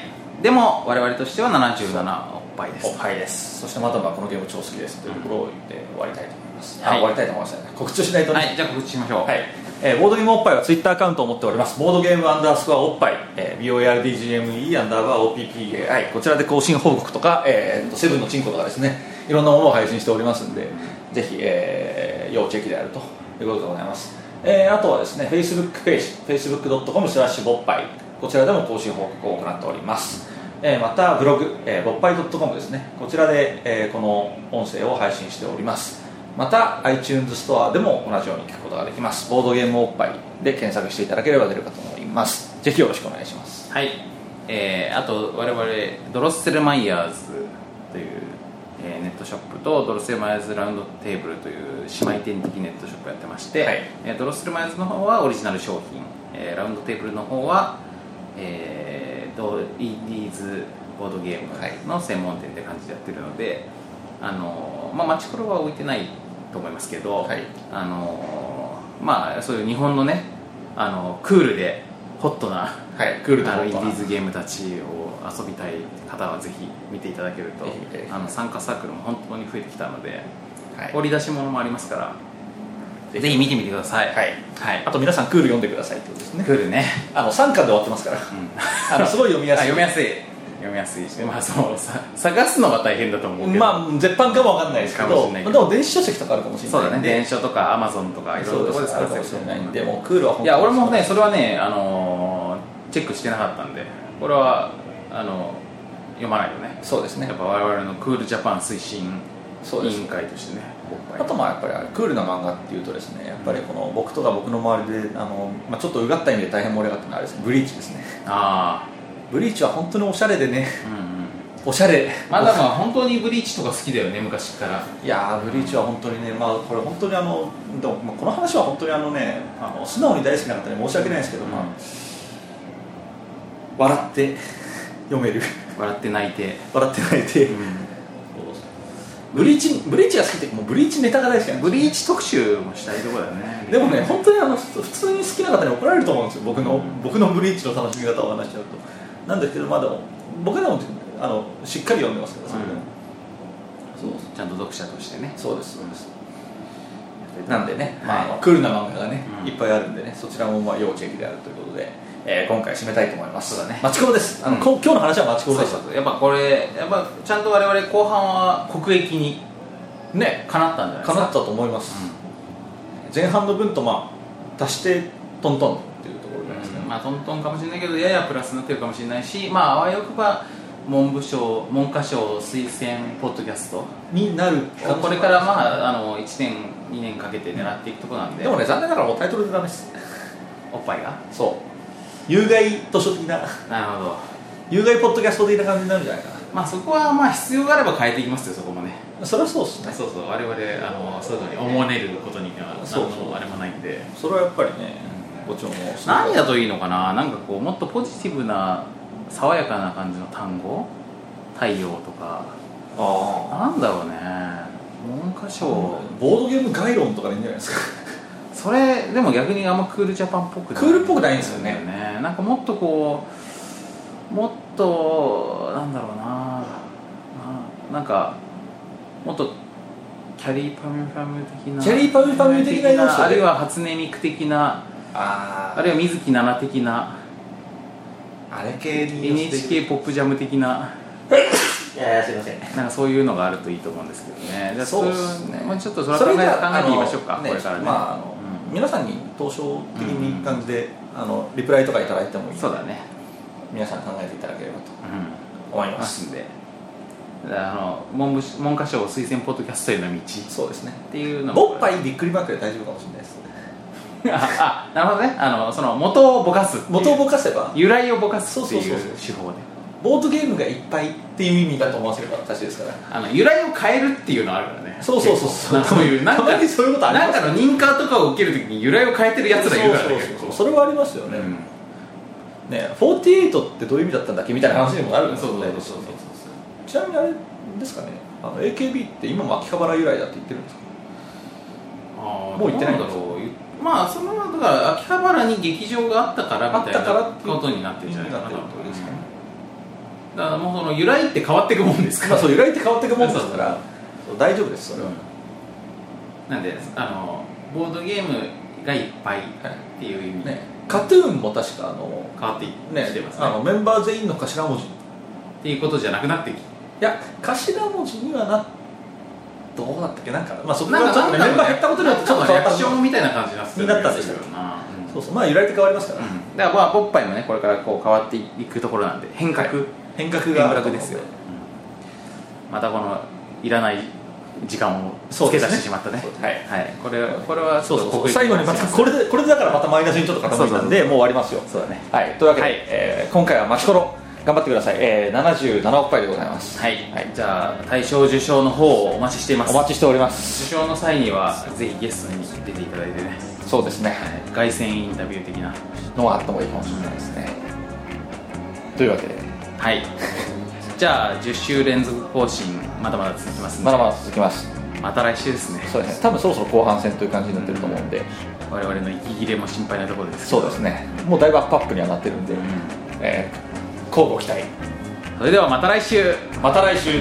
でも我々としては77おっぱいですおはいですそしてまたまあこのゲーム超好きですというところを言って終わりたいと思います、はいあ終わりたいと思いますね告知をしないとね、はいじゃあ告知しましょうはいえーボードゲームおっぱいはツイッターアカウントを持っておりますボードゲームアンダースコアおっぱい、えー BORDGME アンダーバー OPPAI こちらで更新報告とか、えーとセブンのチンコとかですねいろんなものを配信しておりますんでぜひ、えー要チェキであるということでございます、えーあとはですね Facebook ページ facebook.com スラッシュぼっぱいこちらでも更新報告を行っております、えーまたブログ、えー、ぼっぱい .com ですねこちらで、えーこの音声を配信しておりますまた iTunes ストアでも同じように聞くことができますボードゲームおっぱいで検索していただければ出るかと思いますぜひよろしくお願いしますはい、えーあと我々ドロッセルマイヤーズという、えーネットショップとドロッセルマイヤーズラウンドテーブルという姉妹店的ネットショップやってまして、はいえードロッセルマイヤーズの方はオリジナル商品、えーラウンドテーブルの方は、えー、ドインディーズボードゲームの専門店って感じでやってるので、あのーまあ、マチコロは置いてないと思いますけど、はいあのーまあそういう日本のねあのクールでホットなはいクールとあホのインッデトィなーズゲームたちを遊びたい方はぜひ見ていただけるとぜひ見ていただきたいあの参加サークルも本当に増えてきたので、はい掘り出し物もありますからぜひ見てみてくださいはい、はいあと皆さんクール読んでくださいってことですねクールね、あの3巻で終わってますから あのすごい読みあやすい読みやすい読みやすいし、まあ、そのさ探すのが大変だと思うけど、まあ絶版かもわかんないですけかもどしれないでけども電子書籍とかあるかもしれそうなだいんねで電車とかアマゾンとかいろんなところである探かせもるしれないんででもうクールは本当いにや俺もねそれはね、あのーチェックしてなかったんでこれはあの読まないとねそうですねやっぱ我々のクールジャパン推進そう委です員会としてねあとまあやっぱりあれクールな漫画っていうとですねやっぱりこの僕とか僕の周りであの、まあ、ちょっとうがった意味で大変盛り上がったのはあれですねブリーチですねあブリーチは本当におしゃれ でねあうんうんおしゃれまだまあ本当にブリーチとか好きだよね昔からいやーブリーチは本当にね、まあ、これ本当にあのでも、まあこの話は本当にあのねあの素直に大好きな方に申し訳ないですけど、まあ笑って読める笑って泣いて、笑って泣いて、ブリーチブリーチが好きっていうかもうブリーチネタが大好きなんですブリーチ特集もしたいとこだよねでもね、本当にあの普通に好きな方に怒られると思うんですよ、僕の,、僕のブリーチの楽しみ方を話しちゃうと。なんですけど、まあ、でも僕でもあのしっかり読んでますから、それでも、そうちゃんと読者としてねそうです、そうです。なんでね、まああはのクールな漫画がね、うんいっぱいあるんでね、そちらもまあ要チェックであるということで、えー今回締めたいと思います。そうだねマチコロです。あの、うんこ今日の話はマチコそうそロでうした。そうやっぱこれやっぱちゃんと我々後半は国益にね、かなったんじゃないですかかなったと思います。前半の分とまあ足してトントンっていうところじゃないですか、ね。まあ、トントンかもしれないけどややプラスになってるかもしれないし、まああわよくば文部省文科省推薦ポッドキャストになるこれからまああの1年2年かけて狙っていくとこなんで、でもね残念ながらもうタイトルでダメですおっぱいがそう有害図書的な なるほど有害ポッドキャスト的な感じになるんじゃないかまあそこはまあ必要があれば変えていきますよそこもねなそれはそうっすねそうそう我々あのそういうのに思ねることにはそう何のあれもないんでそれはやっぱりねご注文する何だといいのかななんかこうもっとポジティブな爽やかな感じの単語太陽とかああなんだろうね文科省ボードゲーム概論とかでいいんじゃないですかそれでも逆にあんまクールジャパンっぽくないクールっぽくないんですよねなんかもっとこうもっとなんだろうなななんかもっとキャリーパミュパミュ的なキャリーパミュパミュ的な要素であるいは初音ミク的なああるいは水木奈々的なあれ系に NHK ポップジャム的ないやいやすいませんなんかそういうのがあるといいと思うんですけどねじゃあそうれですねまあちょっとそれは考え考えてみましょうかあのねこれからね、まああの皆さんに投票的にいい感じで、あのリプライとかいただいてもいいうんでそうだね皆さん考えていただければとうん思いまますすんであの文部文科省推薦ポッドキャストへの道っそうですねていうのももっぱいびっくりマークで大丈夫かもしれないですああなるほどねあのその元をぼかすっていう元をぼかせば由来をぼかすっていそううそうそう手法でボードゲームがいっぱいっていう意味だと思わせれば私ですからあの由来を変えるっていうのはあるからねそうそうそうそう結構そういうなんかたまにそういうことありますなんかの認可とかを受けるときに由来を変えてるやつらいるからねそうそうそうそれはありますよね、うんね48ってどういう意味だったんだっけみたいな話にもなるんですそうよそねうそうそうちなみにあれですかねあの AKB って今も秋葉原由来だって言ってるんですかあーもう行ってないんどだうだろうまあそのだから秋葉原に劇場があったからみたいあったからっていなうことになってるんじゃないかななってるってことですかねうんだからもうその由来って変わっていくもんですからまあそう由来って変わっていくもんですからそう大丈夫ですそれは、なんであのボードゲームがいっぱいっていう意味で、ねカトゥーンも確かあの変わっていねってますねあのメンバー全員の頭文字いっていうことじゃなくなってきや頭文字にはなどうだったっけなんかまあそこながんかちょっとねなんかメンバー減ったことによってちょっなとん変かわリったアクションみたいな感じになってになったんでしすたよな、うんそうそうまあ由来って変わりますから、うんだからまあポッパイもねこれからこう変わっていくところなんで変革、変革変がある革ですよ、うんまたこのいらない時間をそう付でけす出ねしてしまったねそうですはい、はい、これこれはちそょうっそとうそう国益最後にまたこれでこれでだからまたマイナスにちょっと傾いたんでもう終わりますよそうだねはいというわけで、はいえー今回はマチコロ頑張ってください、えー、77億杯でございますはい、じゃあ大賞受賞の方をお待ちしていますお待ちしております受賞の際にはぜひゲストに出ていただいてねそうですね凱旋インタビュー的なのはあった方がいいかもしれないですねというわけではいじゃあ10週連続更新まだまだ続きますんでまだまだ続きますまた来週ですねそうですね多分そろそろ後半戦という感じになってると思うんで、我々の息切れも心配なところですけそどうですねもうだいぶアップアップにはなってるんで、んえー、交互期待それではまた来週また来週